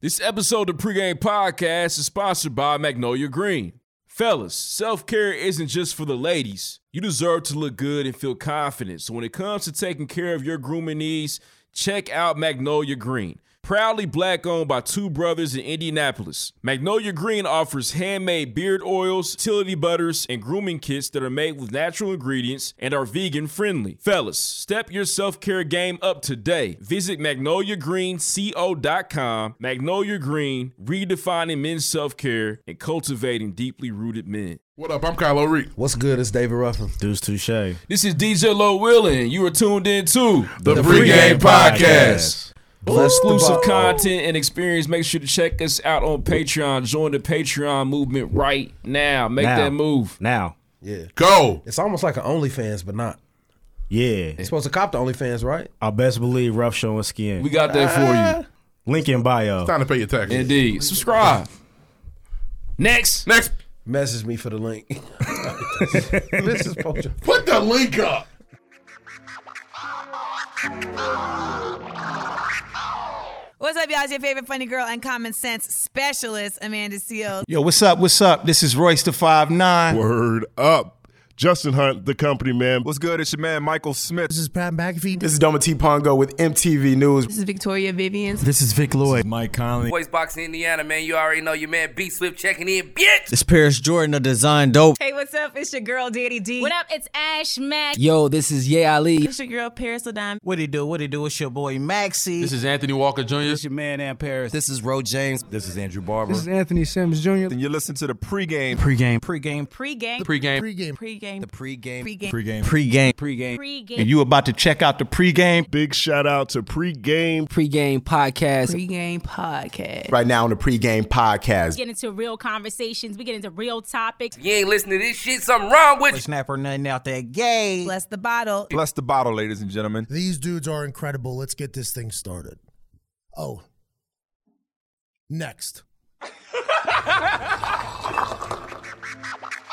This episode of the Pregame Podcast is sponsored by Magnolia Green. Fellas, self care isn't just for the ladies. You deserve to look good and feel confident. So when it comes to taking care of your grooming needs, check out Magnolia Green. Proudly black owned by two brothers in Indianapolis, Magnolia Green offers handmade beard oils, utility butters, and grooming kits that are made with natural ingredients and are vegan friendly. Fellas, step your self care game up today. Visit magnoliagreenco.com. Magnolia Green, redefining men's self care and cultivating deeply rooted men. What up? I'm Kylo Reed. What's good? It's David Ruffin. Deuce Touche. This is DJ Low Willing. You are tuned in to The, pregame, podcast. For Bless the exclusive ball. content and experience, make sure to check us out on Patreon. Join the Patreon movement right now. Make Now. that move. Now. Yeah. Go. It's almost like an OnlyFans, but not. Yeah. You're supposed to cop the OnlyFans, right? I best believe rough showing skin. We got that Ah. for Link in bio. Time to pay your taxes. you. Indeed. Subscribe. Next. Next, Message me for the link. this is poacher. put the link up. What's up, y'all? It's your favorite funny girl and common sense specialist, Amanda Seals. Yo, what's up? What's up? This is Royce the Five Nine. Word up. Justin Hunt, the company man. What's good? It's your man Michael Smith. This is Pat McAfee. This is Doma T Pongo with MTV News. This is Victoria Vivian. This is Vic Lloyd. Mike Conley. Voice Box Indiana, man. You already know your man B Swift checking in, bitch. It's Paris Jordan of Design Dope. Hey, what's up? It's your girl, Daddy D. What up? It's Ash Mack. Yo, this is Ye Ali. It's your girl, Paris Ladon. What it do? What it do? It's your boy Maxie. This is Anthony Walker Jr. your man Aunt Paris. This is Ro James. This is Andrew Barber. This is Anthony Sims Jr. And you listen to the pregame. pregame. Pre-game. Pregame. Pre-game. Pre-game. Pre-game. Pre-game. Pre-game. Pre-game. Pregame. Pre-game. And you about to check out the pregame. Big shout out to pregame. Pre-game podcast. Pre-game podcast. Right now on the pregame podcast. get into real conversations. We get into real topics. You ain't listening to this shit. Something wrong with you. Snapper nothing out that gay. Bless the bottle. Bless the bottle, ladies and gentlemen. These dudes are incredible. Let's get this thing started. Oh. Next.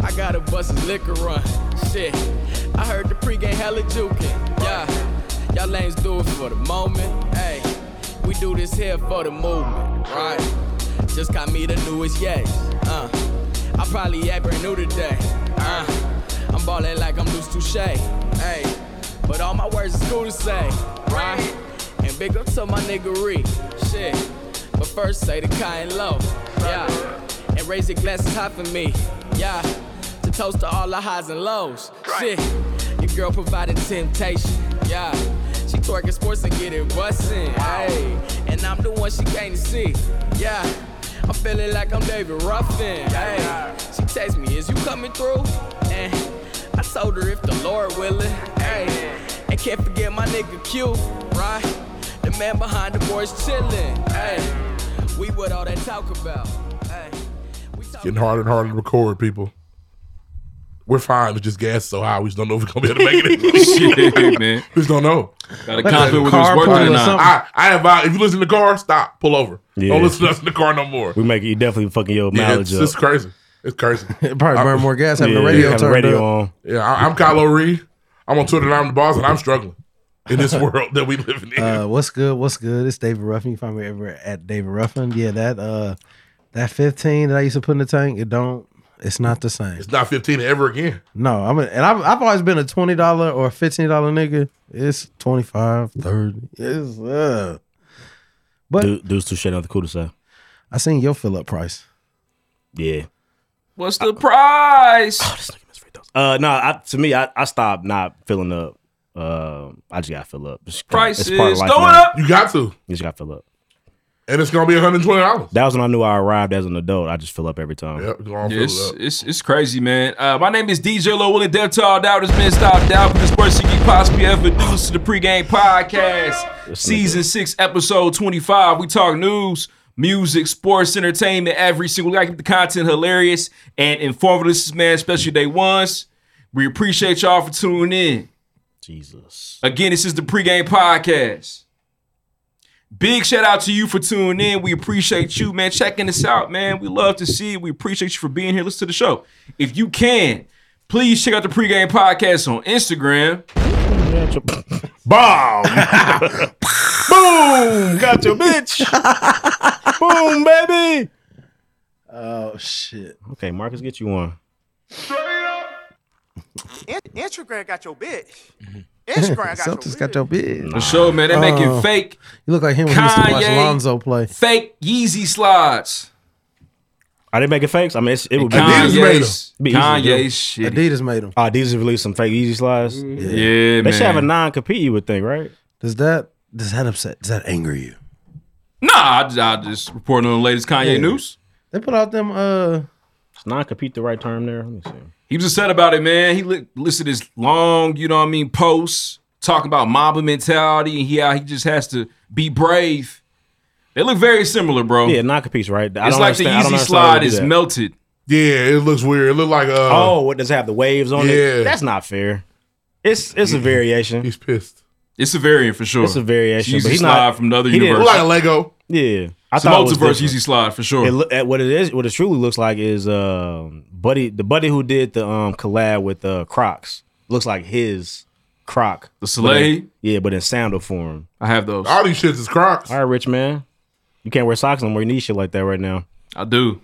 I got a busted liquor run. Shit. I heard the pregame hella jukin'. Yeah. Y'all lanes do it for the moment. Hey, we do this here for the movement. Right. Just got me the newest yes. Uh, I probably act brand new today. Uh, I'm ballin' like I'm loose touche. Hey, but all my words is cool to say, right? And big up to my niggery, shit. But first say the kind low, yeah. And raise your glasses high for me, yeah. To toast to all the highs and lows, shit. Your girl provided temptation, yeah. She twerking sports and get it bustin', hey. And I'm the one she came to see, yeah. I'm feeling like I'm David Ruffin. Hey, she text me, is you coming through? And I told her if the Lord willing. Hey, and can't forget my nigga Q, right? The man behind the boys chillin'. Hey, we what all that talk about. Hey, we talk Getting harder and harder to record, people. We're fine. It's just gas so high. We just don't know if we're gonna be able to make it. Shit, man. we just don't know. Got a confident with his Carpool work or or not. something. I, I advise if you listen to the car, stop, pull over. Don't listen to us in the car no more. We make you definitely fucking your Yeah, mileage it's, it's up. crazy. It's crazy. It probably burn more gas having the radio have turned radio up. on. Yeah, I, I'm Kylo Reed. I'm on Twitter and I'm the boss, and I'm struggling in this world that we live in. Uh, what's good? What's good? It's David Ruffin. You find me ever at David Ruffin. Yeah, that uh, that 15 that I used to put in the tank, it don't. It's not the same. it's not 15 ever again. No, I'm a, and I've, I've always been a twenty dollar or fifteen dollar nigga. It's 25 30 It's uh. But Du- Deuce Touche, nothing cool to say. I seen your fill up price. Yeah. What's the price? Oh, Uh, no, I, to me, I, I stopped not filling up. Uh, I just got to fill up. It's, Price is it's part of going life now. up. You got to, You just got to fill up. and it's gonna be 120 dollars. That was when I knew I arrived as an adult. I just fill up every time. Yep, go on, Yeah, fill it it's, up. it's, it's crazy, man. Uh, my name is DJ Low Willie Death to all doubters, men stop down for this person you possibly ever do to the pregame podcast, Yes, season six, episode 25. We talk news, music, sports, entertainment every single day. I keep the content hilarious and informative. This is man, especially day ones. We appreciate y'all for tuning in. Jesus. Again, this is the pregame podcast. Big shout out to you for tuning in. We appreciate you, man, checking us out, man. We love to see you. We appreciate you for being here. Listen to the show. If you can, please check out the pregame podcast on Instagram. Bomb. Boom. Got your bitch. Boom, baby. Oh shit. Okay, Marcus, get you one. Instagram got your bitch. Instagram got your Celtics got your bid. For sure, man. They making Uh. fake You look like him when he used to watch Kanye. Lonzo play. Fake Yeezy slides. Are they making fakes? I mean, it's, it would be Kanye's made It'd 'em. be easy to do. Kanye's shit. Adidas made them. Oh, Adidas released some fake Easy slides. Yeah, Yeah, they should have a man. non compete. You would think, right? Does that does that upset? Does that anger you? Nah, I, I just reporting on the latest Kanye Yeah. news. They put out them uh Is non compete the right term there? Let me see. He was upset about it, man. He li- listed his long, you know what I mean, posts talking about mob mentality and how he just has to be brave. They look very similar, bro. Yeah, non compete, right? I Oh. it's don't like the understand- I Yeezy don't understand why they slide do is that. melted. Yeah, it looks weird. It looked like uh oh, what does it have the waves on Yeah. it? That's not fair. It's it's a variation. He's pissed. It's a variant for sure. It's a variation, Yeezy but he's slide not- from another he didn't- universe. Look like a Lego. Yeah, It's a multiverse Yeezy slide for sure. It look- at what it is, what it truly looks like is um, buddy, the buddy who did the um, collab with uh, Crocs looks like his Croc, the Soleil? yeah, but in sandal form. I have those. All these shits is Crocs. All right, rich man, you can't wear socks anymore. You need shit like that right now. I do.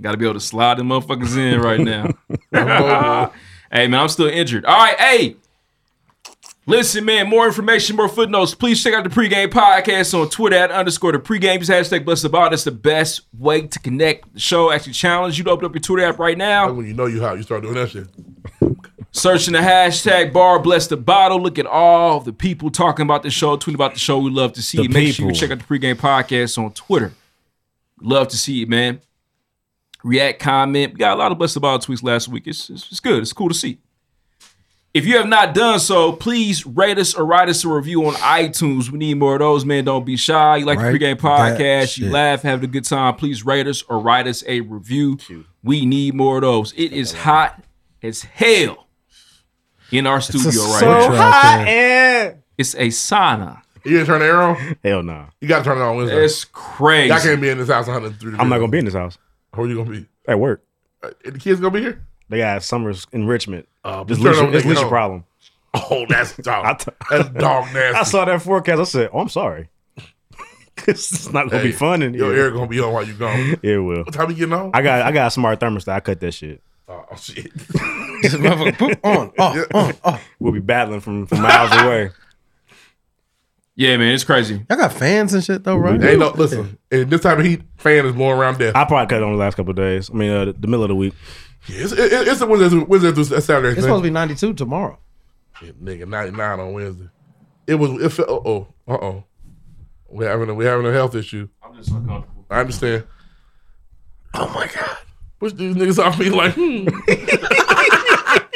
Got to be able to slide them motherfuckers in right now. hey, man, I'm still injured. All right, hey. Listen, man, more information, more footnotes. Please check out the pregame podcast on Twitter at underscore the pregame. Use hashtag blessed about. That's the best way to connect the show. Actually, challenge you to open up your Twitter app right now. When you know you how, you start doing that shit. Searching the hashtag bar bless the bottle. Look at all the people talking about the show, tweeting about the show. We love to see The it. Make sure you people. check out the pregame podcast on Twitter. Love to see it, man. React, comment. We got a lot of bless the bottle tweets last week. It's, it's, it's good. It's cool to see. If you have not done so, please rate us or write us a review on iTunes. We need more of those, man. Don't be shy. You like Right. the pregame That podcast, you shit. laugh, having a good time. Please rate us or write us a review. We need more of those. It is hot as hell in our studio right now. and It's a sauna. You didn't turn the arrow? hell no. You gotta turn it on Wednesday. It's crazy. Y'all can't be in this house 103 I'm not gonna be in this house. Who are you gonna be? Uh, At work, The kids gonna be here? they got summer's enrichment. Uh, but this turn it on when leisure, they it's get leisure home. problem. Oh, that's I dog. t- that's dog I nasty. saw that forecast. I said, "Oh, I'm sorry. it's not gonna be Hey, fun in Your here. air gonna be on while you gone. Yeah, it will. What time you getting on? I got I got a smart thermostat. I cut that shit. Oh shit. on, off, on, off. We'll be battling from, from miles away. Yeah, man, it's crazy. Y'all got fans and shit though, right? Ain't no listen. And this type of heat, fan is blowing around death. I probably cut it on the last couple of days. I mean, uh, the middle of the week. Yeah, it's, it, it's a Wednesday, through- Wednesday through Saturday. It's supposed to be 92 tomorrow. be nigga ninety nine on Wednesday. It was. It felt. Uh oh. Uh oh. We're having a, we're having a health issue. I'm just uncomfortable. I understand. Oh my god. Push these niggas off me like. Hmm.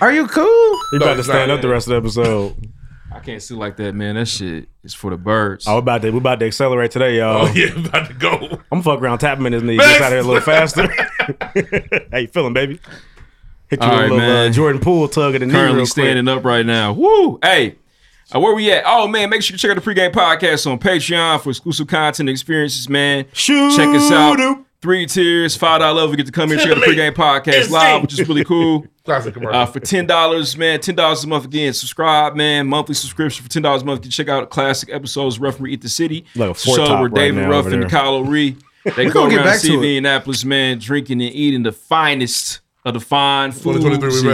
Are you cool? You No, about to it's stand not. up the rest of the episode. I can't sit like that, man. That shit is for the birds. Oh, we about to we about to accelerate today, y'all. Oh yeah, about to go. I'm fuck around tapping in his knee. Max! Get out of here a little faster. How you feeling, baby? Hit you All with right, a little uh, man. Jordan Poole tug of the knee. currently real standing up right now. Woo! Hey, uh, where we at? Oh man, make sure you check out the pregame podcast on Patreon for exclusive content and experiences, man. Shoot check us out. Three tiers, five dollar level. You get to come here check out the pregame podcast live, which is really cool. Classic commercial. Uh, for ten dollars, man, ten dollars a month again. Subscribe, man. Monthly subscription for ten dollars a month. You can check out classic episodes. Ruff and Eat the City. Like a So four top where right David now Ruff over and there. Kyle O'Ree, they We go gonna get around back to CB it. Indianapolis, man, drinking and eating the finest of the fine foods, 2023,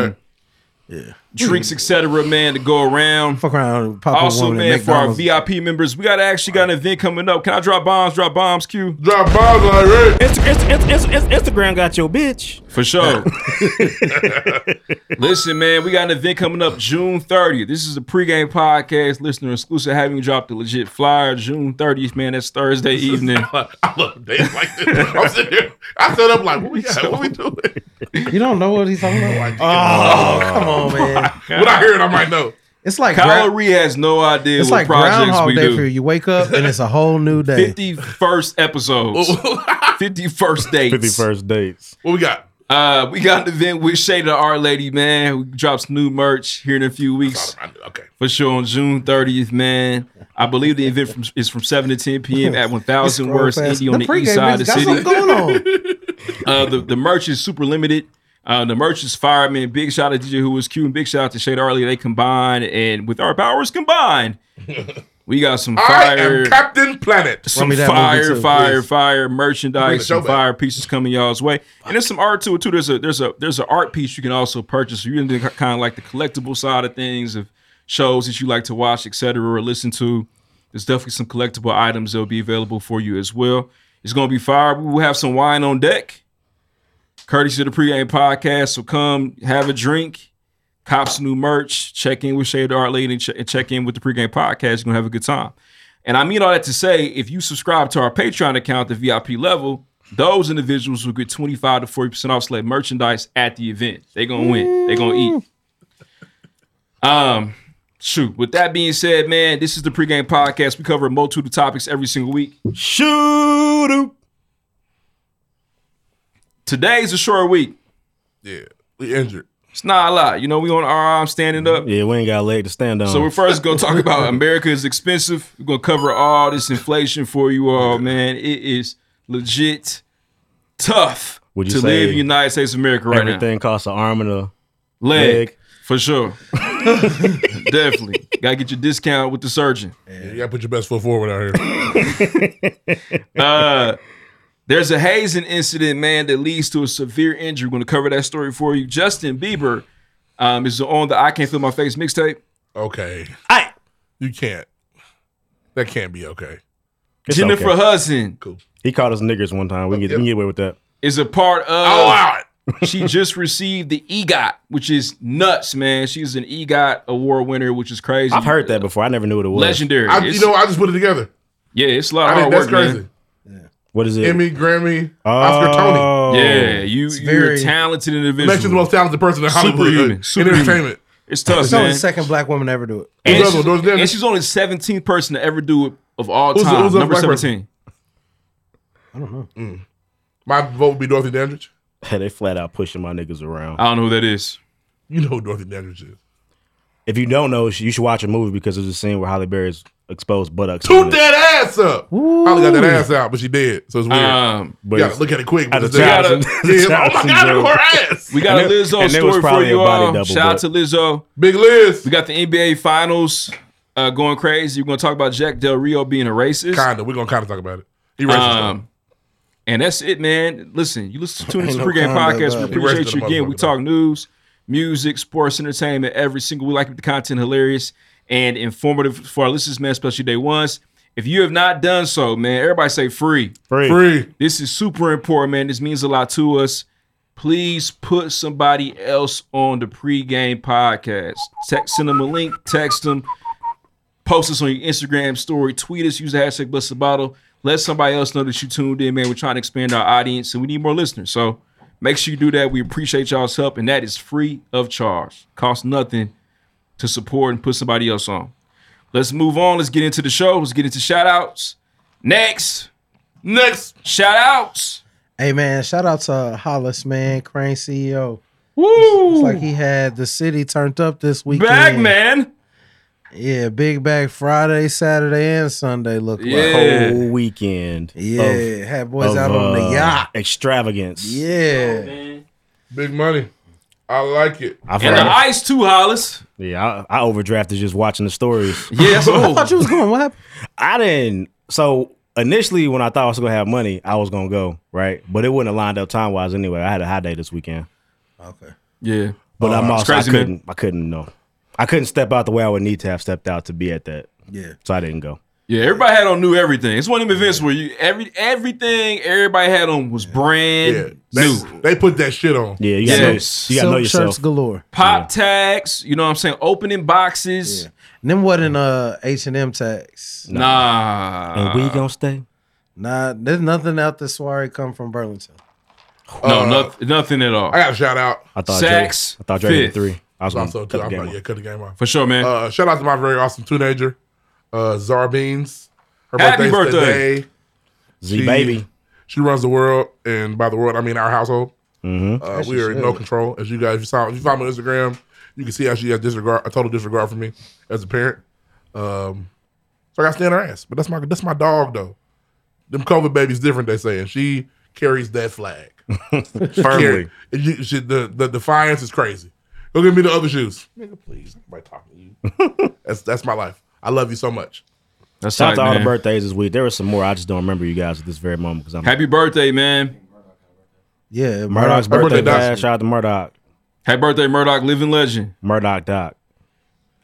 we and back. drinks, etc. Man, to go around. Fuck around, pop Also, up one man, at for our McDonald's. VIP members, we got actually got an event coming up. Can I drop bombs? Drop bombs, Q. Drop bombs on Rick. Inst- Inst- Inst- Inst- Inst- Instagram got your bitch. For sure. Listen, man, we got an event coming up June 30th. This is a pregame podcast, listener exclusive. Having dropped the legit flyer June 30th, man. That's Thursday evening. I love days like this. I'm sitting here. I stood up like, what we got? What we doing? You don't know what he's talking about? oh, Come on, man. when I hear it, I might know. It's like Kyler gra- Ree has no idea It's what like projects Groundhog we Day do. for you. You wake up and it's a whole new day. Fifty first episodes. Fifty first dates. Fifty first dates. What we got? Uh, we got an event with Shade of Our Lady, man, who drops new merch here in a few weeks. Okay. For sure on June 30th, man. I believe the event from, is from 7 to 10 p.m. at 1000 Words Indie on the, east side of the city. Uh, the, the merch is super limited. Uh, the merch is fire, man. Big shout out to DJ Who Was Q and big shout out to Shade Arley. They combined, and with our powers combined, we got some I fire. am Captain Planet. Some fire, fire, Please. fire Bring the merchandise, show some back. fire pieces coming y'all's way, and there's some art to it too. There's a there's a there's an art piece you can also purchase. You're into kind of like the collectible side of things, of shows that you like to watch, etc., or listen to. There's definitely some collectible items that'll be available for you as well. It's gonna be fire. We will have some wine on deck, courtesy of the pregame podcast. So come have a drink. Cops new merch. Check in with Shade Art Lady and che- and check in with the pregame podcast. You're gonna have a good time. And I mean all that to say, if you subscribe to our Patreon account, the VIP level, those individuals will get 25 to 40% off select merchandise at the event. They're gonna win. They're gonna eat. Um, shoot. With that being said, man, this is the pregame podcast. We cover a multitude of topics every single week. Shoot. up. Today's a short week. Yeah, we injured. It's not a lot. You know, we on our arms standing up. Yeah, we ain't got a leg to stand on. So we're first gonna talk about America is expensive. We're gonna cover all this inflation for you all, man. It is legit tough Would you to say live in the United States of America right now. everything costs an arm and a Leg, leg. for sure. Definitely. Gotta get your discount with the surgeon. You gotta put your best foot forward out here. Uh there's a hazing incident, man, that leads to a severe injury. We're gonna cover that story for you. Justin Bieber um, is on the I Can't Feel My Face mixtape. okay, I you can't. That can't be okay. It's Jennifer okay. Hudson. Cool. He called us niggers one time. We can get, we can get away with that. is a part of. Oh, she just received the EGOT, which is nuts, man. She's an EGOT award winner, which is crazy. I've heard that before. I never knew what it was. Legendary. I, you It's- know, I just put it together. yeah, it's a lot of I hard think that's work, crazy. Oh, man. What is it? Emmy, Grammy, Oh. Oscar, Tony. Yeah, you you're a talented individual. Mentioned the most talented person in Hollywood Superhuman. uh, in Superhuman. entertainment. It's tough, It's only man. the second black woman to ever do it. And, she's, and she's only the 17th person to ever do it of all Who's the- time. who's the Number black person? 17. I don't know. My vote would be Dorothy Dandridge. they flat out pushing my niggas around. I don't know who that is. You know who Dorothy Dandridge is. If you don't know, you should watch a movie because there's a scene where Halle Berry's exposed buttocks. Toot that ass up. Holly got that ass out, but she did. So it's weird. Um, you gotta look at it quick. At but the it's there. time, Yeah, it's a oh my Johnson god, look joke. at her ass. We got a And it- Lizzo and it was story for probably you a body all. double, Shout out but- to Lizzo. Big Liz. We got the NBA Finals uh, going crazy. We're going to talk about Jack Del Rio being a racist. Kinda. We're gonna kinda talk about it. He racist. Um, and that's it, man. Listen, you listen to tune into Ain't the no pregame kind of podcast. that. We appreciate Erase you the again. We motherfucker. talk news, music, sports, entertainment every single. We like to keep the content hilarious and informative for our listeners, man. Especially day ones. If you have not done so, man, everybody say free, Free. Free. This is super important, man. This means a lot to us. Please put somebody else on the pregame podcast. Text, send them a link. Text them post us on your Instagram story, tweet us, use the hashtag Bless the Bottle. Let somebody else know that you tuned in, man. We're trying to expand our audience and we need more listeners. So make sure you do that. We appreciate y'all's help, and that is free of charge. Costs nothing to support and put somebody else on. Let's move on. Let's get into the show. Let's get into shout outs. Next. Next. Shout outs. Hey man, shout out to Hollis, man, Crane CEO. Woo! It's like he had the city turned up this weekend. Bag man. Yeah, big bag Friday, Saturday, and Sunday look The like. whole weekend. uh, Yeah, had boys out on the yacht. Extravagance. Yeah. Big money. I like it. I've And the heard- ice too, Hollis. Yeah, I, I overdrafted just watching the stories. Yeah, that's oh. I thought you was going. What happened? I didn't. So initially, when I thought I was gonna have money, I was gonna go right, but it wouldn't have lined up time wise anyway. I had a high day this weekend, Yeah. but I'm It's also Oh, crazy, I man. couldn't. I couldn't know. I couldn't step out the way I would need to have stepped out to be at that. Yeah. So I didn't go. Yeah, everybody had on new everything. It's one of them events where you every everything everybody had on was brand They, new. they put that shit on. Yeah, you gotta gotta, know- Yes. you gotta know know Silk yourself. shirts galore. Pop tags, you know what I'm saying? Opening boxes. And them wasn't uh H and M tax. Nah. gonna stay. Nah, there's nothing out the soiree come from Burlington. No, Uh, noth- nothing at all. I got a shout out. I thought Sacks, Drake, I thought Drake fifth. had three. I was gonna also cut too. the I'm game like, off. yeah, cut the game off. For sure, man. Uh, shout out to my very awesome teenager, uh, Zara Beans. Her Happy birthday's birthday. today. Z baby. She runs the world, and by the world I mean our household. Uh, As we she are in no should. control. As you guys, if you, saw, if you follow me on Instagram, you can see how she has disregard, a total disregard for me as a parent. Um, so I got to stand her ass. But that's my that's my dog though. Them COVID babies different. They saying she carries that flag She Firmly. carry- and you- she- the the defiance is crazy. Go give me the other shoes, nigga. Please, nobody talking to you. that's that's my life. I love you so much. That's Shout out right, to all the man. birthdays this week. There were some more. I just don't remember you guys at this very moment because I'm Happy birthday, man. Yeah, Murdoch's birthday. man. Doc. Shout out to Murdoch. Happy birthday, Murdoch, living legend. Murdoch Doc.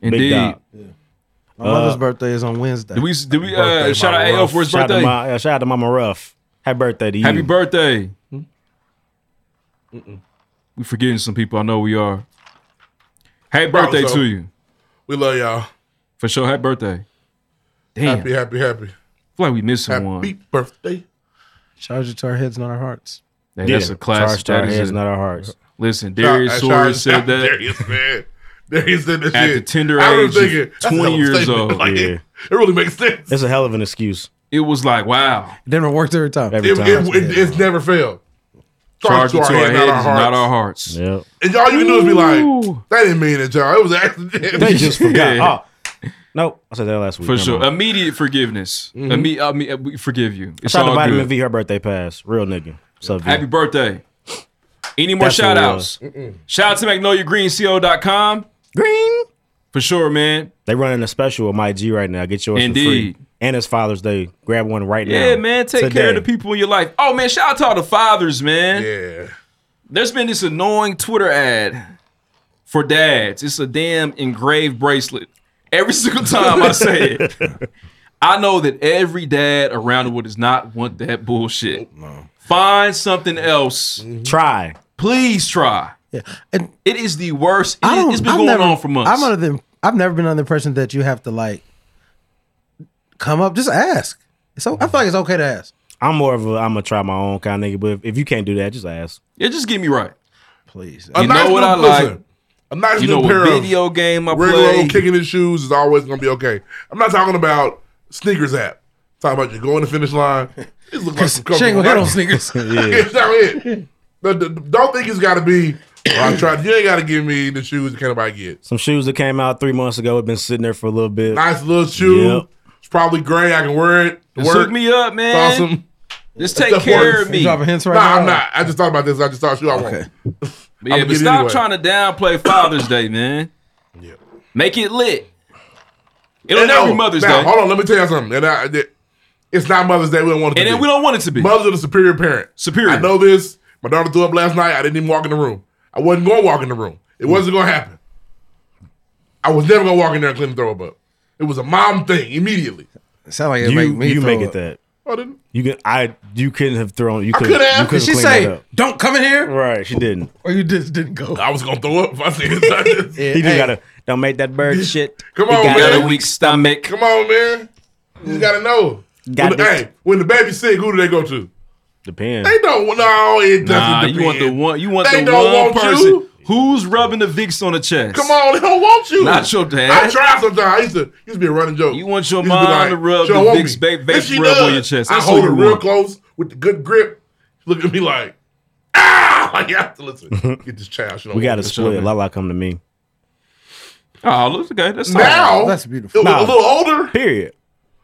Indeed. Big Doc. My mother's Uh, birthday is on Wednesday. Did we did we uh, shout out AO for his Shout out to birthday? my- yeah, shout out to Mama Ruff. Happy birthday to you. Happy birthday. Hmm? We forgetting some people. I know we are. Happy Probably birthday so. to you. We love y'all. For sure. Happy birthday. Damn. Happy, happy, happy. feel like we missing Happy one. birthday. Charge it to our heads, not our hearts. Hey, That's a classic. Charged our That is heads, a- not our hearts. Listen, Shout- Darius shout- Suarez shout- said that Darius said. Darius said that At shit. the tender I was age of thinking, that's a hell 20 a years statement. old. Like, Yeah. it, it really makes sense. It's a hell of an excuse. it was like, wow. Never worked every time. Every It, time. it, it, it's never failed. Charge it to our heads, head, not our heart. hearts. Yep. And all you can do is be like, that didn't mean it, y'all. It was an accident. They just forgot. Yeah. Oh, no, I said that last week. For Never sure. mind. Immediate forgiveness. Mm-hmm. Mhm. Imme- I mean, uh, we forgive you. It's shout out to all Vitamin good. V. Her birthday pass. Real nigga. So Happy birthday. Any more That's what shout it outs? was. Shout out to magnoliagreenco.com. Green. For sure, man. They running a special with Mike G right now. Get yours Indeed. for free. And it's Father's Day. Grab one right now. Yeah, man. Take care of the Today. people in your life. Oh, man. Shout out to all the fathers, man. Yeah. There's been this annoying Twitter ad for dads. It's a damn engraved bracelet. Every single time I say it, I know that every dad around the world does not want that bullshit. Find something else. Try. Please try. it is the worst. It I don't, has been I've going never- on for months. I'm under the, I've never been under the impression that you have to like come up. Just ask. So I feel like it's okay to ask. I'm more of a I'm gonna try my own kind of nigga, but if, if you can't do that, just ask. yeah, just get me right. Please. A You nice know what new- I like? listen, A nice You new know what pair video of game I regular play? old kicking his shoes is always gonna be okay. I'm not talking about sneakers app. I'm talking about you going to finish line. It looks like some She ain't gonna hit on comfortable- sneakers. yeah. that's it. The- the- don't think it's got to be. "Well, I tried. You ain't got to give me the shoes. that Can nobody get Some shoes that came out three months ago have been sitting there for a little bit. nice little shoe? Yep. It's probably gray. I can wear it. to Just work. hook me up, man. It's awesome. Just That take stuff care works. of me. You dropping hints right nah, now? I'm not. I just thought about this. I just thought shoe I want. But yeah, I'ma but get it stop anyway. trying to downplay Father's Day, man. Make it lit. It'll And never oh, be Mother's now, Day. Hold on, let me tell you something. And I, that- it's not Mother's Day. We don't want it And to then be. we don't want it to be. Mothers are the superior parent. Superior. I know this. My daughter threw up last night. I didn't even walk in the room. I wasn't going to walk in the room. It wasn't going to happen. I was never going to walk in there and clean the throw up. up. It was a mom thing immediately. Sound like it you make me you throw make up. it that. I didn't. You can I you couldn't have thrown you I couldn't could have. you Did couldn't she clean that say, up. Don't come in here. Right, she didn't. Or you just didn't go. I was going to throw up. if I said it. he just gotta don't make that bird shit. Come He on, got man. a weak stomach. Come on, man. You just got to know. Got when the, this. hey, when the baby's sick, who do they go to? Depends. They don't. No, it doesn't Nah, depend. you want the one. You want They the don't one want person you. who's rubbing the Vicks on the chest. Come on, they don't want you. Not your dad. I try sometimes. I used to used to be a running joke. You want your mom to rub the Vicks ba- Vicks rub on your chest. I That's hold what it you real want. close with the good grip. Look at me like, ah! Like you have to listen. Get this child. She don't we want gotta this. split. Lala come to me. Oh, looks okay. That's Now That's A, beautiful. a Nah. little older. Period.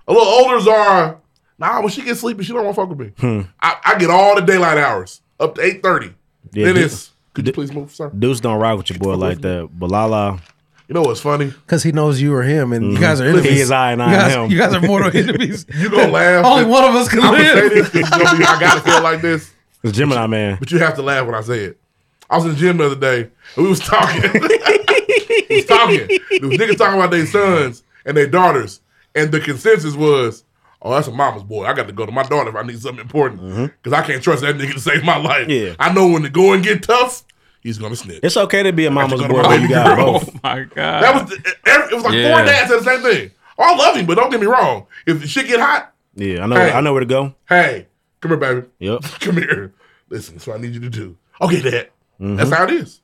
A little older's are nah. When she gets sleepy, she don't want to fuck with me. I, I get all the daylight hours up to eight thirty. Yeah, then do- it's could you please move, sir? Deuce don't rock with your boy like that. But Lala, You know what's funny? Because he knows you or him, and you Mhm. guys are He enemies. is I and I you am guys, him. You guys are mortal enemies. You gonna laugh? Only one of us can I'm gonna say live. this 'cause it's gonna be- I gotta feel like this. it's Gemini man. But you have to laugh when I say it. I was in the gym the other day and we was talking. we was talking. There was niggas talking about their sons and their daughters. And the consensus was, oh, that's a mama's boy. I got to go to my daughter if I need something important. Because I can't trust that nigga to save my life. Mm-hmm. Yeah. I know when to go and get tough, he's going to snitch. It's okay to be a mama's go to boy my when you got homegirl. both. Oh, My God. That was the, every, it was like Yeah. four dads said the same thing. Oh, I love him, but don't get me wrong. If shit get hot, Yeah, I know Hey. I know where to go. hey, come here, baby. Yep. Mm-hmm. Come here. Listen, that's what I need you to do. Okay, dad. That's how it is.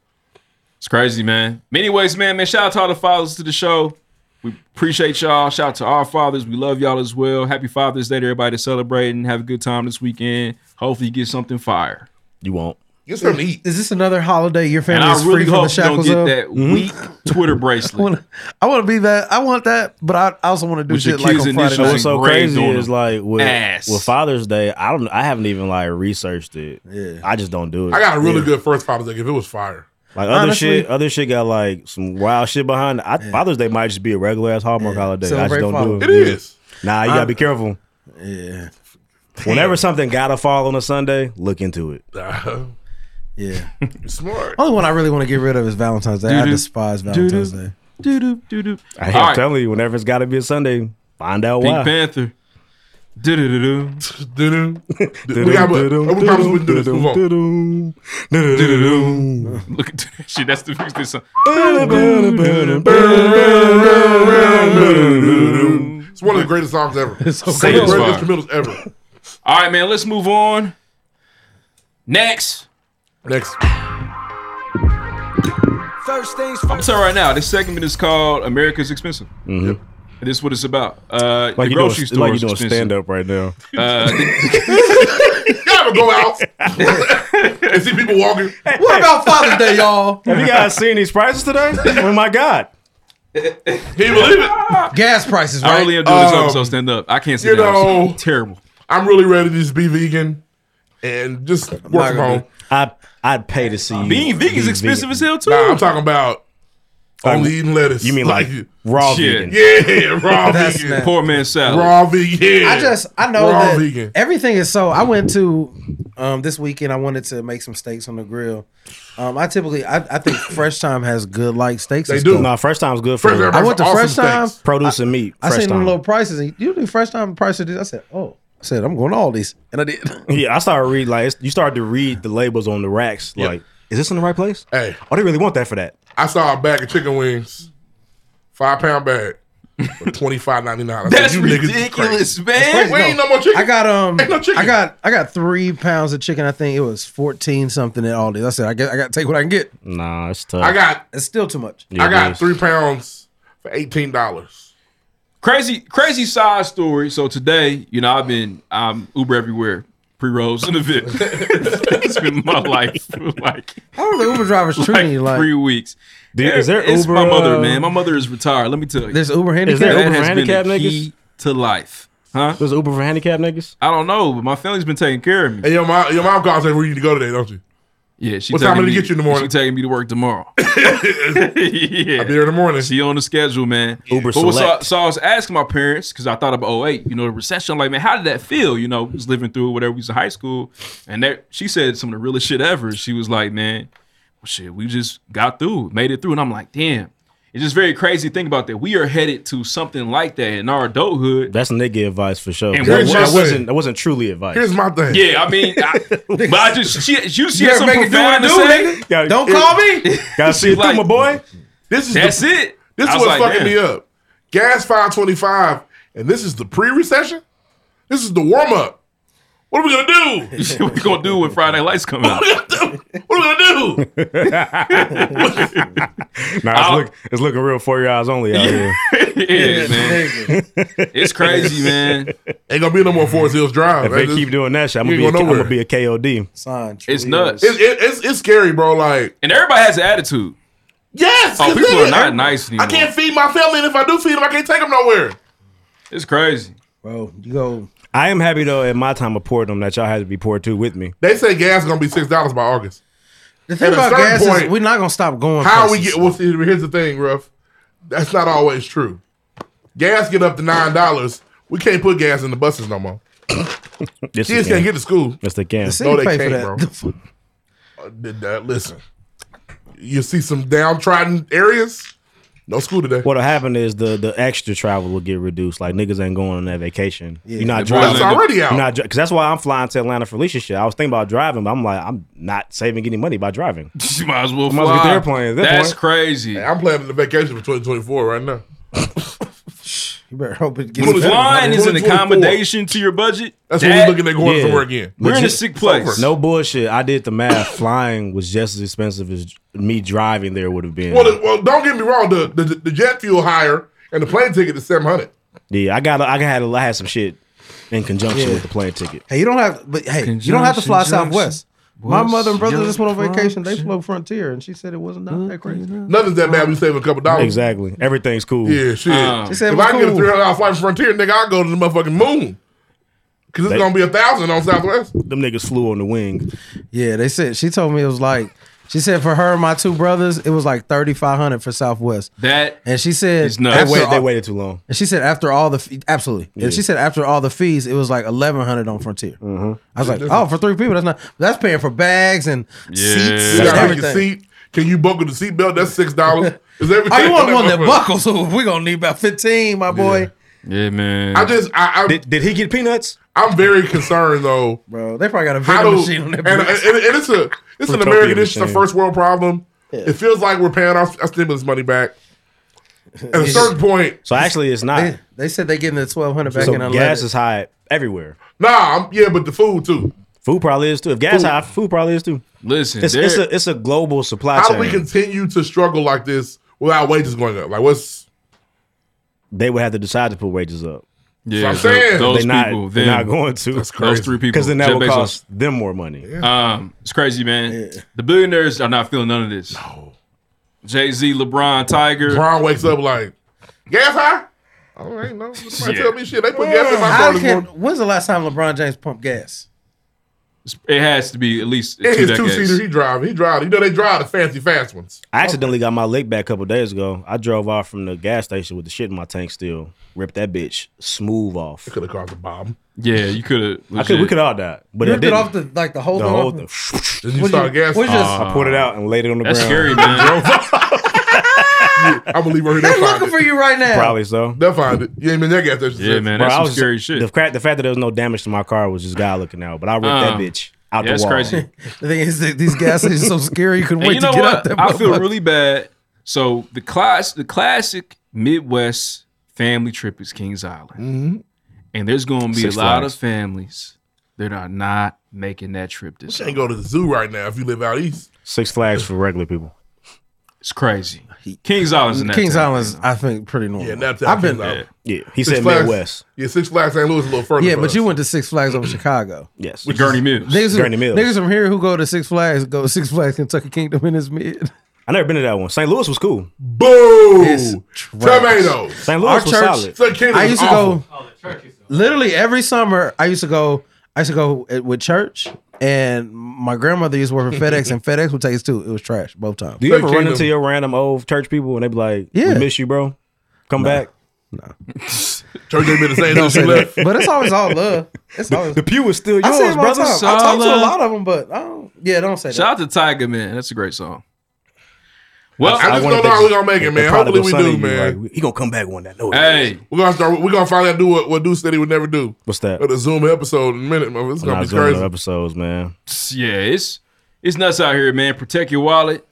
It's crazy, man. But anyways, man, man, shout out to all the fathers to the show. We appreciate y'all. Shout out to our fathers. We love y'all as well. Happy Father's Day to everybody that's celebrating. Have a good time this weekend. Hopefully you get something fire. You won't. Get something to is, is this another holiday your and family I is really free from the hope you don't shackles get of? that Mhm. weak Twitter I bracelet. want to. I want to be that. I want that, but I, I also want to do With your shit like kids' on Friday initials night. What's so engraved crazy on is them. like with, Ass. with Father's Day, I don't. I haven't even like researched it. Yeah, I just don't do it. I got a really Yeah. good first Father's Day. If it was fire, Like other Honestly- shit, other shit got like some wild shit behind. it. I, Father's Day might just be a regular ass Hallmark holiday. I just Celebrate don't do it. Father. It is. Nah, you gotta be I'm- careful. Yeah. Whenever something gotta fall on a Sunday, look into it. yeah. smart. Only one I really want to get rid of is Valentine's Day. I Doo-doo. despise Doo-doo. Valentine's Day. Doo-doo, doo-doo. I am All right. telling you, whenever it's gotta be a Sunday, find out Pink why. Panther. Do do do do do. We got. We promise we do this. Move on. Look at that shit. That's the fix this song. It's one of the greatest songs ever. It's so One of the great. greatest instrumentals ever. All right, man. Let's move on. Next. Next. First things I'm telling you right now, this segment is called America's Expensive. Mhm. And this is what it's about. Uh, Like the you doing, grocery store like you is doing expensive. stand up right now. Uh, Y'all ever go out and see people walking? What about Father's Day, y'all? Have you guys seen these prices today? oh my god! Can you believe it? Gas prices, I really am doing this Um, episode stand up. I can't see you that. know- terrible. I'm really ready to just be vegan and just work from home. I I'd pay to see you. Being vegan is be expensive as hell too. Nah, I'm talking about Like, only eating lettuce. You mean like raw Shit. vegan? Yeah, raw That's vegan. not- Poor man salad. Raw vegan. Yeah. I just I know Raw that vegan. everything is so. I went to um, this weekend. I wanted to make some steaks on the grill. Um, I typically I, I think Fresh Time has good like steaks. They and do. stuff. Nah, Fresh Time's good for. Fresh Time I went to awesome Fresh Time. steaks. Produce and meat. I Fresh seen Time. them low prices. And usually Fresh Time price of this. I said, oh, I said I'm going to all these, and I did. Yeah, I started read like it's- you started to read the labels on the racks. Yeah. Like, is this in the right place? Hey, oh, they really want that for that. I saw a bag of chicken wings, five pound bag, for twenty five ninety nine. That's ridiculous, man. We ain't no more chicken. I got um, Ain't no chicken. I got I got three pounds of chicken. I think it was fourteen something at all these. I said I got I got to take what I can get. Nah, it's tough. I got. It's still too much. Yeah, I it got is. three pounds for eighteen dollars. Crazy, crazy side story. So today, you know, I've been I'm Uber everywhere, pre rolls in the VIP. it's been my life for like How are the Uber drivers treating you? Like three weeks. Dude, is there it's Uber, my mother, uh, man. My mother is retired. Let me tell you. there's Uber That handicap. has Uber been for handicapped the niggas? key to life. Huh? There's Uber for handicapped niggas. I don't know, but my family's been taking care of me. Hey, your mom, your mom calls saying where you need to go today, don't you? Yeah, she What time taking did it me- get you in the morning? She taking me to work tomorrow. yeah. I'll be there in the morning. She on the schedule, man. Uber But what's Select. up- so I was asking my parents because I thought about 08, you know, the recession. I'm like, man, how did that feel? You know, we was living through it, whatever. We was in high school, and that she said some of the realest shit ever. She was like, man, well, shit, we just got through, made it through, and I'm like, damn. It's just very crazy to think about that. We are headed to something like that in our adulthood. That's nigga advice for sure. And That, here's that my thing. wasn't that wasn't truly advice. Here's my thing. Yeah, I mean, I, but I just she you she had better something make it do what profound to I do, say. Gotta- Don't it- call me. Gotta see it like- through, my boy. This is That's the, it. This I is was what's like, fucking damn. me up. Gas five twenty five, and this is the pre recession. This is the warm up. What are we gonna do? what we gonna do when Friday lights come out? What are we gonna do? Nah, it's, look, it's looking real for your eyes only out here. yeah, man. It's crazy, man. Ain't gonna be no more Forest Hills Drive. If Right? they keep doing that shit, I'm you gonna, ain't be a, going I'm gonna nowhere. be a KOD. Sign. It's nuts. It's- it- it's it's scary, bro. Like and everybody has an attitude. yes, Oh, 'cause people nigga, are not nice I anymore. can't feed my family, and if I do feed them, I can't take them nowhere. It's crazy. Bro, you go. I am happy though at my time of them that y'all had to be poor too with me. They say gas is gonna be six dollars by August. The thing At a about certain gas point, is we're not gonna stop going. How we places. get? Well, see, here's the thing, Ruff. That's not always true. Gas get up to nine dollars. We can't put gas in the buses no more. Yes, Kids can't get to school. Yes, they can. The city No, they pay can't, for bro. that. bro. Uh, did that- Listen, you see some downtrodden areas. No school today. What'll happen is the the extra travel will get reduced. Like niggas ain't going on that vacation. You're not The boys driving. is already out. You're not because that's why I'm flying to Atlanta for Alicia shit. I was thinking about driving, but I'm like, I'm not saving any money by driving. You might as well Might as well fly. get the airplane at that That's point. crazy. I'm planning the vacation for 2024 right now. You better hope it gets Food better. line is an accommodation to your budget. That- Yeah. We're in a sick place. No bullshit. I did the math. Flying was just as expensive as me driving there would have been. Well, the- well, don't get me wrong. The, the the jet fuel higher and the plane ticket is seven hundred. yeah, I got. I had. I had some shit in conjunction Yeah. with the plane ticket. Hey, you don't have. But hey, you don't have to fly Conjunction, Southwest. junction, My mother and brother junction, just went on vacation. They flew Frontier, and she said it wasn't not that crazy. Nothing's that bad. We save a couple dollars. Exactly. Everything's cool. Oh. Yeah, shit. Um, if I can get a three hundred dollar flight from Frontier, nigga, I'll go to the motherfucking moon. Cause it's They- gonna be a thousand on Southwest. Them niggas flew on the wing. Yeah, they said she told me it was like she said for her and my two brothers it was like thirty five hundred for Southwest. That and she said is nuts. They wait- they waited too long. And she said after all the fee- absolutely. Yeah. Mm-hmm. And she said after all the fees it was like eleven hundred on Frontier. I was like, That's- oh, for three people that's not that's paying for bags and seats You and gotta pick your everything. seat. Can you buckle the seatbelt? That's six dollars. Is everything? Oh, you want one that buckles? So we gonna need about fifteen, my boy. Yeah, man. I just I, I did, did he get peanuts? I'm very concerned though, bro. They probably got a how vending do, machine on that and, and, uh, and bridge. it's a it's an Fruitopia American issue, it's a machine. first world problem. It feels like we're paying our, our stimulus money back. At a certain point, So actually, it's not. They, they said they getting the twelve hundred back so in unleaded. gas is high everywhere. Nah, I'm, yeah, but the food too. Food probably is too. If gas Food. high, food probably is too. Listen, it's, it's there- a it's a global supply how chain. do we continue to struggle like this without wages going up? Like what's they would have to decide to put wages up. Yeah, That's what I'm tho- saying. those they're not, people, they're them. not going to. That's crazy. Those three people. because then that Jeff would Bezos. cost them more money. Um, it's crazy, man. The billionaires are not feeling none of this. No. Jay Z, LeBron, Tiger. LeBron wakes up like gas high? All right, no. Somebody tell me shit. They put gas in my How car this can- morning. When's the last time LeBron James pumped gas? It has to be at least two It's his two decades. seater. He drive. He drive. You know they drive the fancy fast ones. I accidentally got my lick back a couple days ago. I drove off from the gas station with the shit in my tank still. Ripped that bitch smooth off. It could have caused a bomb. Yeah, you could have. I could. We could all die, but you I ripped it didn't. off the like the whole The thing whole off thing. Then you start gas. Uh, What you just- I pulled it out and laid it on the That's scary, ground. man. I believe we're They looking for you right now. Probably so. They'll find it. You ain't been that gas station. since. Bro, I was- The fact, the fact that there was no damage to my car was just God looking out. But I ripped Uh, that bitch out yeah, the that's wall. crazy. The thing is, that these gas stations so scary you can And wait you know to get what? out there. I feel really bad. So the class, the classic Midwest family trip is Kings Island, Mm-hmm. and there's going to be Six a lot Flags. of families that are not making that trip this. You ain't go to the zoo right now if you live out east. Six Flags for regular people. It's crazy. Kings Island's in that Kings town. Island's, I think, pretty normal. Yeah, Naptown, I've been Kings Island. Yeah, he Six said Flags- Midwest. Yeah, Six Flags St. Louis is a little further. Yeah, for but us. you went to Six Flags over Chicago. Yes, with Gurney Mills. Niggas, who- Gurney Mills. niggas from here who go to Six Flags go to Six Flags Kentucky Kingdom in his mid. I never been to that one. St. Louis was cool. It's Boom! Tomatoes. St. Louis was solid. St. Kitts I is used to awful. go. Literally every summer, I used to go. I used to go at- with church, and my grandmother used to work for FedEx, and FedEx would take us too. It was trash both times. Do you ever run into your random old church people and they be like, Yeah. "We miss you, bro. Come Nah. back." Church ain't been the same Don't since say you left. that. But it's always all love. It's always The pew is still I say yours, it all the brother. time. I talk to a lot of them, but I don't. Yeah, don't say that. Shout out to Tiger Man. That's a great song. Well, I just don't know how we gonna make it, man. Hopefully we do, man. he gonna come back one day. No, Hey, We're gonna start. We're gonna finally do what what Deuce said he would never do. What's that? With a Zoom episode in a minute, man. It's I'm gonna not be doing crazy. no episodes, man. yeah, it's it's nuts out here, man. Protect your wallet,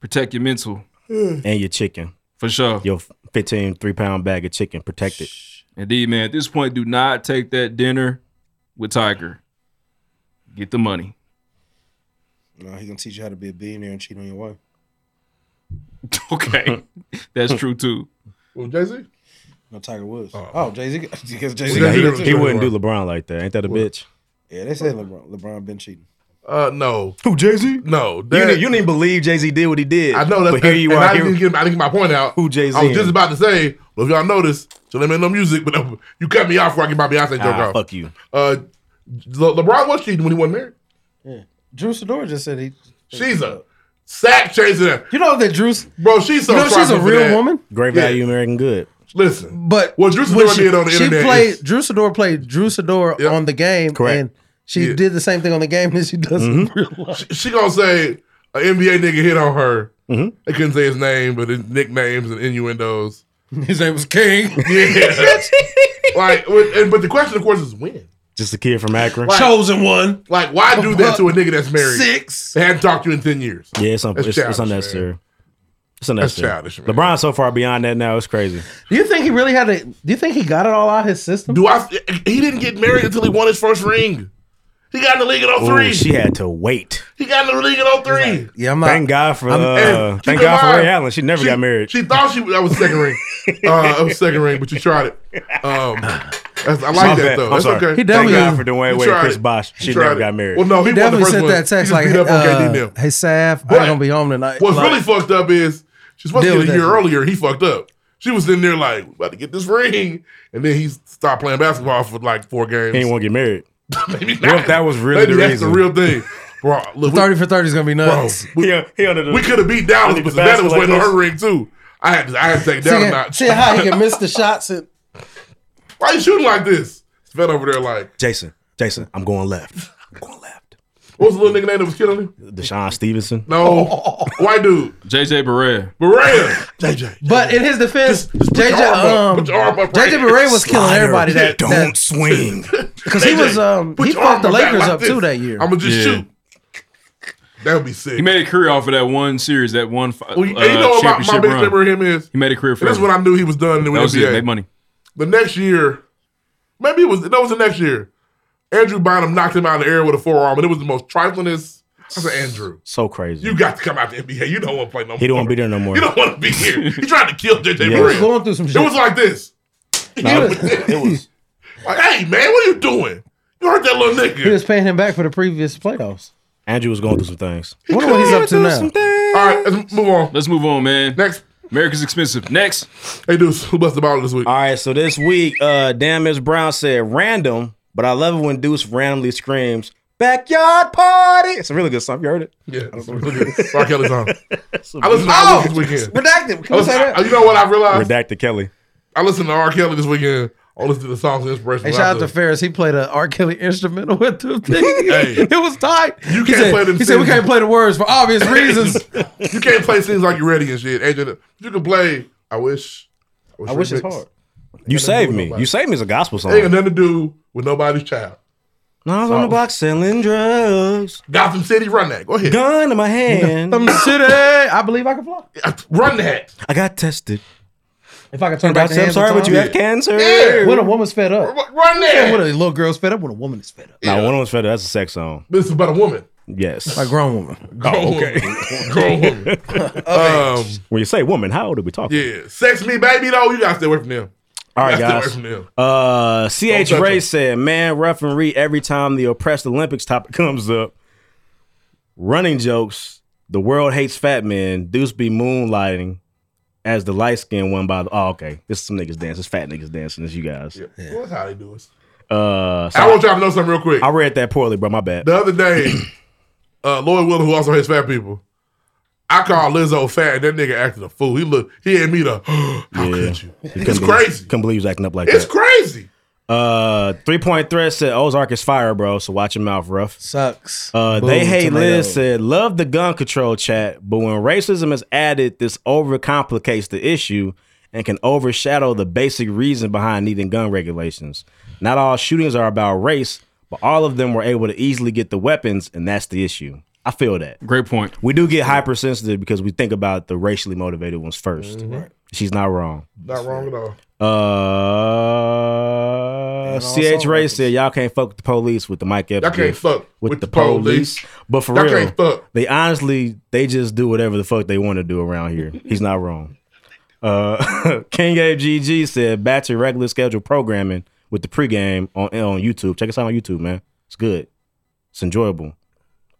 protect your mental, And your chicken. for sure. Your 15, three pound bag of chicken. Protect it. Indeed, man. At this point, do not take that dinner with Tiger. Get the money. No, he's gonna teach you how to be a billionaire and cheat on your wife. Okay, that's true too. Well, Jay Z. No, Tiger Woods. Oh, Jay Z. Because Jay Z. He, he wouldn't do LeBron like that. Ain't that a bitch? Yeah, they said LeBron. LeBron been cheating. Uh, no. Who Jay Z? No, You that- didn't, you didn't even believe Jay Z did what he did. I know that. But here you and are. I here- didn't, get, I didn't get my point out. Who Jay-Z I was just in? about to say. Well, if y'all notice, so they made no music, but uh, you cut me off before I get my Beyonce joke Ah, out. fuck you. Uh, Le- LeBron was cheating when he wasn't married. Yeah. Drew Sidora just said he. She's a sack chaser. You know that Drew's bro. She's so. You know she's prideful a for real that. woman? Great Yeah. value, American good. Listen, But what Drew when Sidora she, did on the she internet, played is- Drew Sidora played Drew Sidora on the game, and she did the same thing on the game that she does in real life. she, she gonna say an NBA nigga hit on her. Mm-hmm. They couldn't say his name, but his nicknames and innuendos. His name was King. Yeah. like, with- and, but the question, of course, is when. Just a kid from Akron. Like, Chosen one. Like, why do that to a nigga that's married? Six. They hadn't talked to you in ten years. Yeah, it's, un- That's it's, it's childish, unnecessary. It's another That's thing. childish, man. LeBron's so far beyond that now. It's crazy. Do you think he really had to? Do you think he got it all out his system? Do I? He didn't get married until he won his first ring. He got in the league at Ooh, 03. she had to wait. He got in oh the league at 03. Yeah, I'm Thank God for I'm- uh, and keep thank in God for Ray mind, Allen. She never she- got married. She thought she that was the second ring. Uh, it was the second ring, but you tried it. Um, that's, I My like that bad. though. I'm That's sorry. okay. He definitely- Thank God for Dwayne You Wade and tried Chris it. Bosch. She You tried never it. got married. Well, no, he, won the definitely first sent one. that text He just like, beat up on uh, KD now. "Hey Sav, But- I don't be home tonight." What's Like, really fucked up is she's supposed Deal to with get a year that. earlier. He fucked up. She was in there like about to get this ring, and then he stopped playing basketball for like four games. He didn't want to get married. Maybe What if that was really Maybe the that's reason? the real thing, bro. Look, we- thirty for thirty is gonna be nuts. we, we could have beat Dallas, but Savannah was waiting on her ring too. I had to, I had to take down a notch. See, see how he can miss the shots. And, Why you shooting like this? Savannah over there like, Jason, Jason, I'm going left. what was the little nigga name that was killing him? Deshaun Stevenson. No, white dude, JJ Barrett. Berea. JJ. but in his defense, your JJ arm up. um, Put your arm up, JJ Ray. Barea was killing Slider. everybody. That Don't swing because he was um Put he your arm fucked the back Lakers like up this. too that year. I'ma just Yeah. shoot. That would be sick. He made a career off of that one series, that one fi- Well, you- uh, and you know what my- my championship biggest run. memory of him is- He made a career for And that's when I knew he was done in the That was it. NBA. Made money. The next year, maybe it was that was the next year. Andrew Bynum knocked him out of the air with a forearm, and it was the most triflingest. I said, Andrew, So crazy. you got to come out the NBA. You don't want to play no more. He don't want to be there no more. You don't want to be here. He tried to kill JJ. Yeah. Yeah. He was going through some shit. It was like this. No, it, was, like, hey man, what are you doing? You hurt that little nigga. He was paying him back for the previous playoffs. Andrew was going through some things. I wonder what he's up to now. All right, let's move on. Let's move on, man. Next. America's expensive. Next. Hey, dudes, who bust the ball this week? All right, so this week, uh, damn, Miss Brown said random, but I love it when Deuce randomly screams "backyard party." It's a really good song. You heard it? Yeah, it's a really good R. Kelly song. a I listened to Oh, R. Kelly this weekend. Redacted. I Can we say listened- that? I- you know what I realized? Redacted Kelly. I listened to R. Kelly this weekend. I listened to the songs and inspiration. Hey, shout out to Ferris. He played an R. Kelly instrumental with the thing. Hey. It was tight. You he can't said, play them He said we things. can't play the words for obvious reasons. you can't play things like you're ready and shit. Agent, you can play. I wish. I wish it's remix. hard. You saved me. You saved me as a gospel song. Ain't got nothing to do with nobody's child. Now I was on the So- block selling drugs. Gotham City, run that. Go ahead. Gun in my hand. Some city. I believe I can fly. Run that. I got tested. If I could turn And back I the said, hands "I'm sorry, of but you time." have cancer. Yeah. When a woman's fed up. Run Yeah, that. when a little girl's fed up, when a woman is fed up. Now one of them's fed up. That's a sex song. This is about a woman. Yes. Like grown woman. Oh, okay. Grown woman. um, when you say woman, how old are we talking? yeah. Sex me, baby, though. You got to stay away from them. All right, You gotta guys. stay away from them. Uh, CH touch Ray him. said, "Man, referee. Every time the oppressed Olympics topic comes up, running jokes. The world hates fat men. Deuce be moonlighting as the light skinned one by the. Oh, okay. This is some niggas dance. It's fat niggas dancing. It's you guys. Well, that's how they do it. Uh, so I want y'all to know something real quick. I read that poorly, bro. My bad. The other day, uh, Lloyd Willer, who also hates fat people, I called Lizzo fat, and that nigga acted a fool. He looked, he had me the. How could you? It's crazy. Couldn't believe he was acting up like It's that. crazy. Uh, three point threat said Ozark is fire, bro. So watch your mouth, rough. Sucks. Uh, Boom, they hate tomato. Liz said love the gun control chat, but when racism is added, this overcomplicates the issue and can overshadow the basic reason behind needing gun regulations. Not all shootings are about race, but all of them were able to easily get the weapons, and that's the issue. I feel that. Great point. We do get hypersensitive because we think about the racially motivated ones 1st Mm-hmm. She's not wrong. Not wrong at all. Uh, And also CH Ray said y'all can't fuck with the police with the Mike Epps. Y'all can't gift. fuck with, with the the police. police. But for Y'all real, can't fuck. they honestly they just do whatever the fuck they want to do around here. He's not wrong. Uh, King Abe GG said batch your regular scheduled programming with the pregame on on YouTube. Check us out on YouTube, man. It's good. It's enjoyable.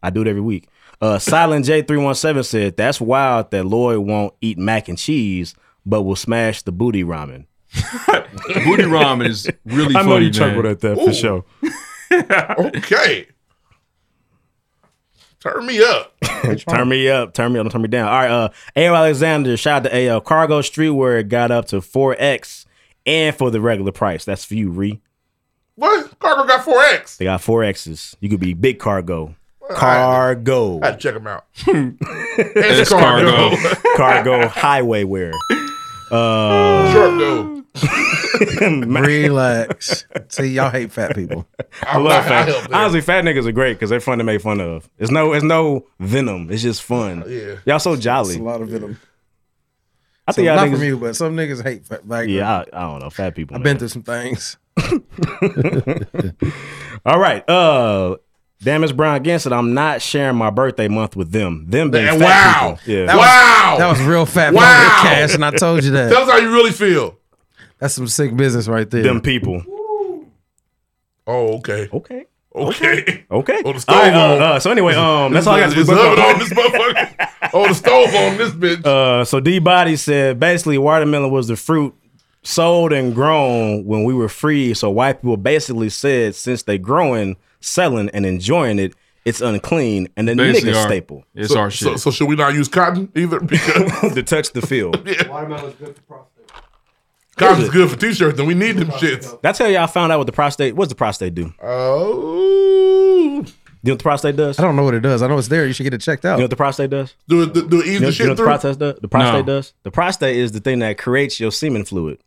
I do it every week. Uh, Silent J317 said, That's wild that Lloyd won't eat mac and cheese, but will smash the booty ramen. Booty ramen is really I funny. know you man. chuckled at that for sure. Okay. Turn me up. turn me up, turn me up, don't turn me down. All right, uh, AL Alexander, shout out to AL Cargo Streetwear got up to 4X and for the regular price. That's for you, Re. What? Cargo got 4X. They got 4Xs. You could be big cargo. Cargo. I had to check him out. It's it's cargo. cargo highway wear. Uh, Short though. Relax. See, y'all hate fat people. I love I fat. help there. Honestly, fat niggas are great because they're fun to make fun of. It's no, it's no venom. It's just fun. Yeah. Y'all so jolly. lot of venom. I Some- think y'all not niggas- from you, but some niggas hate fat black. Yeah, girls. I, I don't know. Fat people. I've man. been through some things. All right. Uh damn it's Brian Genson. I'm not sharing my birthday month with them. Them being And fat wow. people. Yeah. That Was, that was real fat wow. cash, and I told you that. Tell us how you really feel. That's some sick business right there. Them people. Oh, okay. Okay. Okay. Okay. Oh, the stove All right, on. uh, uh, so anyway, um, that's all I got to do. It's oven on this motherfucker. oh, the stove on this bitch. Uh, so D Body said basically watermelon was the fruit sold and grown when we were free. So white people basically said since they growing, selling, and enjoying it, it's unclean and the Basically nigga our- staple. so, So, so should we not use cotton either? Because to touch the field. Watermelon's good for prostate. Cotton's good for t-shirts, and we need them shits. That's how y'all found out what the prostate. What's the prostate do? Oh. You know what the prostate does? I don't know what it does. I know it's there. You should get it checked out. You know what the prostate does? Do it, do it ease You know, the you shit know what the through? prostate does? The prostate No. does. The prostate is the thing that creates your semen fluid.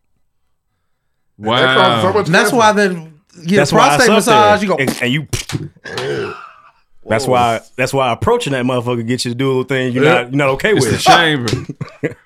That causes so much And that's cancer. why the- yeah, That's why I prostate suck massage, there. you go- and, and you. That's why. That's why approaching that motherfucker gets you to do a little thing you're Yeah. not you're not okay It's with. the chamber.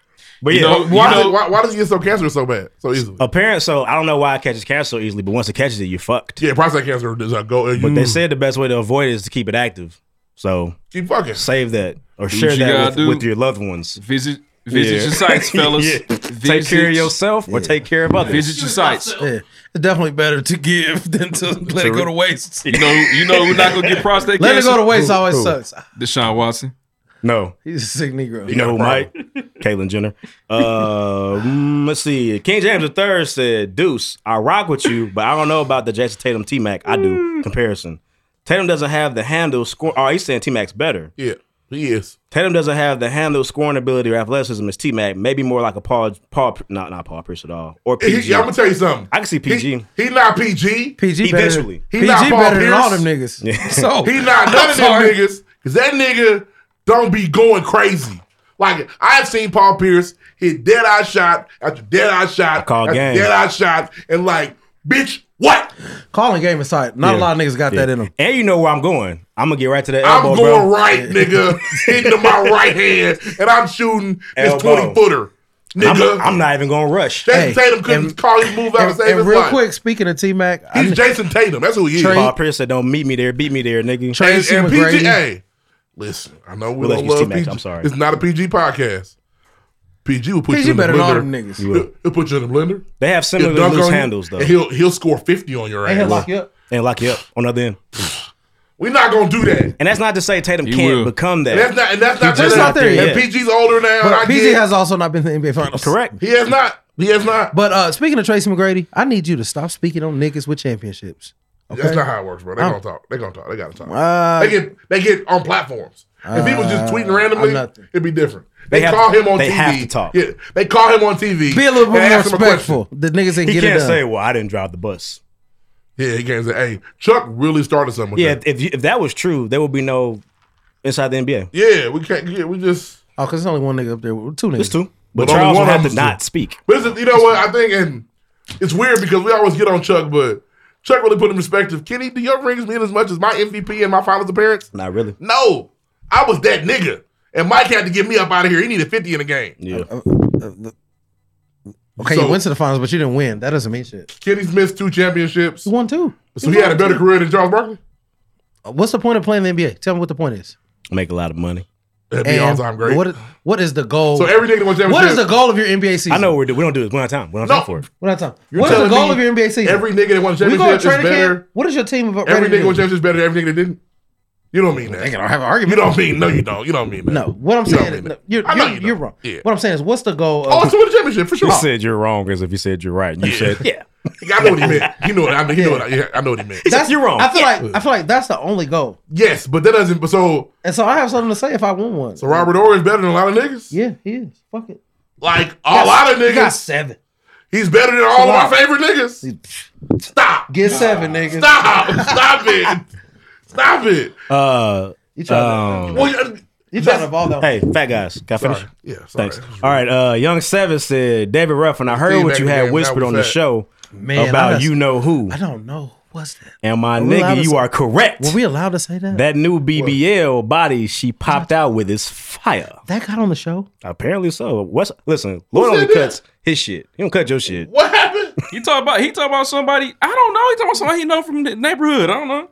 but You yeah, know- why, does it, why, why does it get so cancer so bad, so easily? apparent. So I don't know why it catches cancer so easily, but once it catches it, you're fucked. Yeah, prostate cancer does not go. But they Mm. said the best way to avoid it is to keep it active. So keep fucking. Save that or Do share what you gotta that with, do. with your loved ones. Visit visit your sites, fellas. Yeah. Take Visit- care of yourself or take care of others. Visit your sites. Yeah. It's definitely better to give than to let it go to waste. You know, you know, we're not gonna get prostate Let cancer. it go to waste always sucks. Deshaun Watson. No, He's a sick Negro. You know who might? Caitlyn Jenner. Uh, mm, let's see. King James III said, Deuce, I rock with you, but I don't know about the Jackson Tatum T Mac. I do. Comparison. Tatum doesn't have the handle score. Oh, he's saying T Mac's better. Yeah, he is. Tatum doesn't have the handle scoring ability or athleticism as T Mac. Maybe more like a Paul, Paul, not, not Paul Pierce at all. Or PG. He, I'm gonna tell you something. I can see PG. He not PG. PG better- Eventually. He PG not Paul better Pierce. than all them niggas. Yeah. So, he not none I'm of them sorry. niggas. Cause that nigga don't be going crazy. Like I've seen Paul Pierce hit dead eye shot after dead eye shot call after game. dead eye shot, and like, bitch, what? Calling game aside, not a lot of niggas got that in them. And you know where I'm going. I'm gonna get right to that I'm elbow, going bro. right, nigga, into my right hand, and I'm shooting this Elbow. twenty footer, nigga. I'm, I'm not even gonna rush. Jason Tatum couldn't call his move out and, And, save and his real life. quick, speaking of T Mac, He's Jason Tatum. That's who he is. Trey- Paul Pierce said, "Don't meet me there, beat me there, nigga." Tracy and, and McGrady. PG, hey, listen, I know we We'll let don't you use love T-Mac, PG. I'm sorry. It's not a PG podcast. PG will put PG you in better the than blender. all them niggas. He will. He'll put you in the blender. They have similar He'll dunk loose on you, handles, though. and he'll he'll score fifty on your ass. And he'll lock you up. and lock you up on the other end. We're not gonna do that. And that's not to say Tatum He can't will. become that. And that's not. And that's not. He's just not there And yet. PG's older now. and I But PG get- has also not been to the NBA Finals. Correct. He has not. He has not. But uh, speaking of Tracy McGrady, I need you to stop speaking on niggas with championships. Okay? That's not how it works, bro. They I'm- gonna talk. They gonna talk. They gotta talk. Uh, they get they get on platforms. If he was just Uh, tweeting randomly, I'm not- it'd be different. They They, have- call him on they TV. have to talk. Yeah, they call him on TV. Be a little and bit more ask him a question. respectful. The niggas ain't he get it can't done. say, "Well, I didn't drive the bus." Yeah, he can't say, "Hey, Chuck really started something." With Yeah, that. if you, if that was true, there would be no inside the NBA. yeah, we can't. Yeah, we just. Oh, because there's only one nigga up there. Two niggas. It's two, but, But only Charles one of would have them's to not two. speak. But it's- you know what I think, and it's weird because we always get on Chuck, but Chuck really put in perspective. Kenny, do your rings mean as much as my MVP and my finals appearance? Not really. No, I was that nigga, and Mike had to get me up out of here. He needed fifty in the game. Yeah. Okay, So- you went to the finals, but you didn't win. That doesn't mean shit. Kenny's missed two championships. He won two. So he had a won better two. career than Charles Barkley. Uh, What's the point of playing the NBA? Tell me what the point is. Make a lot of money. That'd be And all-time great. What, what is the goal? So every nigga that wants What championship- is the goal of your NBA season? I know we're, do- we don't do it. We don't have time. We don't have No. time for it. What I talking? You're What is the telling goal me of your NBA season? Every nigga that won a We go to championship is training camp. better. What is your team about? Every nigga won championship is better than every nigga that didn't. You don't mean that. I don't have an argument. You don't mean no. You don't. You don't mean that. No, what I'm You don't saying, is, mean no, that. you're, I know you're, you you're don't. wrong. Yeah. What I'm saying is, what's the goal? Oh, Of, so win a championship for sure. You said you're wrong as if you said you're right. You said yeah. I know what he meant. He know what I mean. He know what I, yeah, I know what he meant. that's, you're wrong. I feel Yeah. like I feel like that's the only goal. Yes, but that doesn't. But so And so I have something to say if I win one. so Robert Ory is better than a lot of niggas. Yeah, he is. Fuck it. Like a lot of He got niggas. seven. He's better than all of Wow. my favorite niggas. Stop. Get seven, nigga. Stop. Stop it. Stop it. Uh, You trying um, to you trying to ball that? Hey, fat guys, can I finish? Sorry. Yeah, sorry. Thanks. All right, uh, Young Seven said, David Ruffin, I heard Steve what you Baker had game, whispered that was on the that. show Man, I about just- you know who. I don't know. was that? And my Are we allowed nigga, to you say- are correct. Were we allowed to say that? That new BBL body she popped out with is fire. That got on the show. Apparently so. What's listen? Lord only cuts his shit. He don't cut your shit. What happened? He talk about he talk about somebody. I don't know. He talking about somebody he know from the neighborhood. I don't know.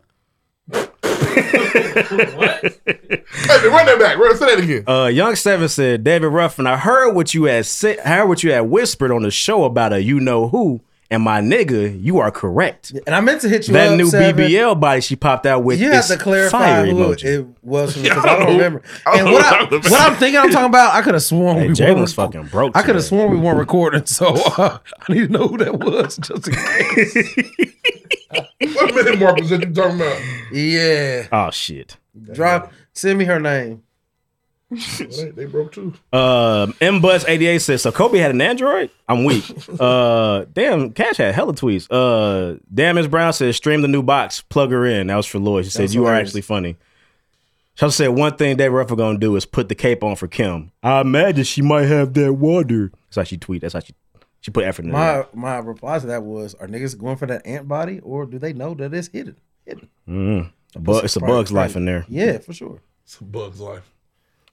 Hey, run that back. Run, say that again. Uh, Young Seven said, David Ruffin, I heard what you had said, heard what you had whispered on the show about a you know who, and my nigga, you are correct. And I meant to hit you That up, new Seven. BBL body she popped out with. You have is to clarify fire who emoji. it was Yeah, because I I don't don't- remember. I don't And know what, what I, I'm about. what I'm thinking, I'm talking about. I could have sworn Hey, we Jay weren't- was fucking broke. I could have sworn we weren't recording, so uh, I need to know who that was just in case. what minute markers that you talking about? Yeah. Oh shit. Drop. Send me her name. they, they broke too. Um, mbus 88 says, so Kobe had an Android? I'm weak. uh, damn, Cash had hella tweets. Uh, damn, Miss Brown says, stream the new box, plug her in. That was for Lloyd. She said, That's you are hilarious. actually funny. She also said, one thing Dave Ruffin gonna do is put the cape on for Kim. I imagine she might have that water. That's how she tweet. That's how she, she put effort in My it. my reply to that was: Are niggas going for that ant body, or do they know that it's hidden? Hidden. Mm. Bu- it's a bug's life in there. Yeah, for sure. It's a bug's life.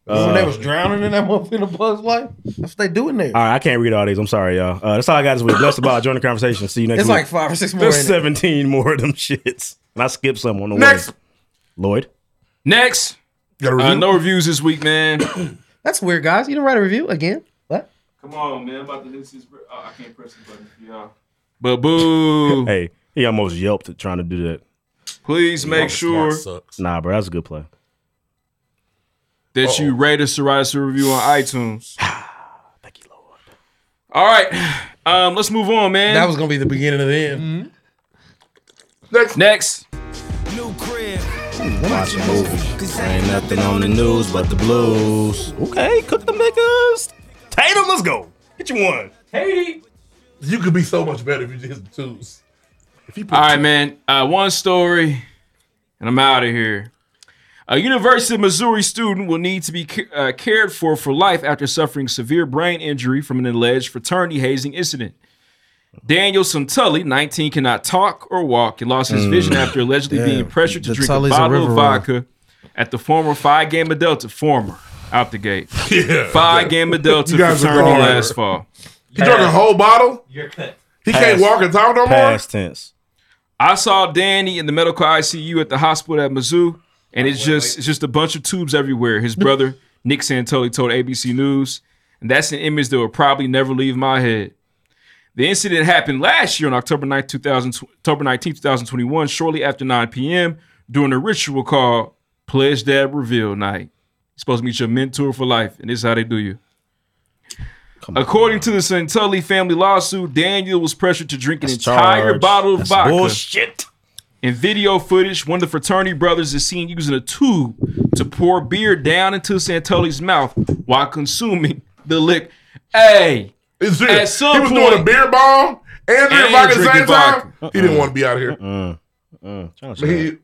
when Uh, they was drowning in that motherfucker in a bug's life, that's what they do in there. All right, I can't read all these. I'm sorry, y'all. Uh, that's all I got this week. Blessed about join the conversation. See you next It's week. like five or six more There's in it. 17 more of them shits. And I skipped some on the Next. way. Lloyd. Next. review? Uh, no reviews this week, man. That's weird, guys. You didn't write a review again. What? Come on, man. I'm about to lose this. uh, I can't press the button for y'all. But boo. hey, he almost yelped at trying to do that. Please make sure Nah, bro, that's a good play. that you rate us to write us a review on iTunes. Thank you, Lord. All right. Um, let's move on, man. That was gonna be the beginning of the end. Next. Next. Watch a movie. Ain't nothing on the news but the blues. Okay, cook the niggas. Tatum, let's go. Get you one. Haiti. You could be so much better if you just hit the twos. All right, man. Uh, one story, and I'm out of here. A University of Missouri student will need to be ca- uh, cared for for life after suffering severe brain injury from an alleged fraternity hazing incident. Daniel Suntully, 19, cannot talk or walk. He lost his Mm. vision after allegedly Damn. being pressured to The drink Tully's a a bottle of river vodka at the former Phi Gamma Delta, former out the gate. Yeah. Phi Gamma Delta You guys fraternity are gone. last fall. He drank a whole bottle. You're cut. He can't walk and talk no more. Past tense. I saw Danny in the medical ICU at the hospital at Mizzou, and it's just it's just a bunch of tubes everywhere. His brother Nick Santoli told ABC News, and that's an image that will probably never leave my head. The incident happened last year on October 9th, 2000, October 19, 2021, shortly after 9 p.m. during a ritual called Pledge Dad Reveal Night. You're supposed to meet your mentor for life, and this is how they do you. According to the Santulli family lawsuit, Daniel was pressured to drink an That's entire charged. bottle of That's vodka. bullshit. In video footage, one of the fraternity brothers is seen using a tube to pour beer down into Santulli's mouth while consuming the liquor. Hey, It's it. at some he was point, doing a beer bomb and drinking And vodka at the drinking same time. vodka. He didn't want to be out here. Mm. Challenge, But he, that.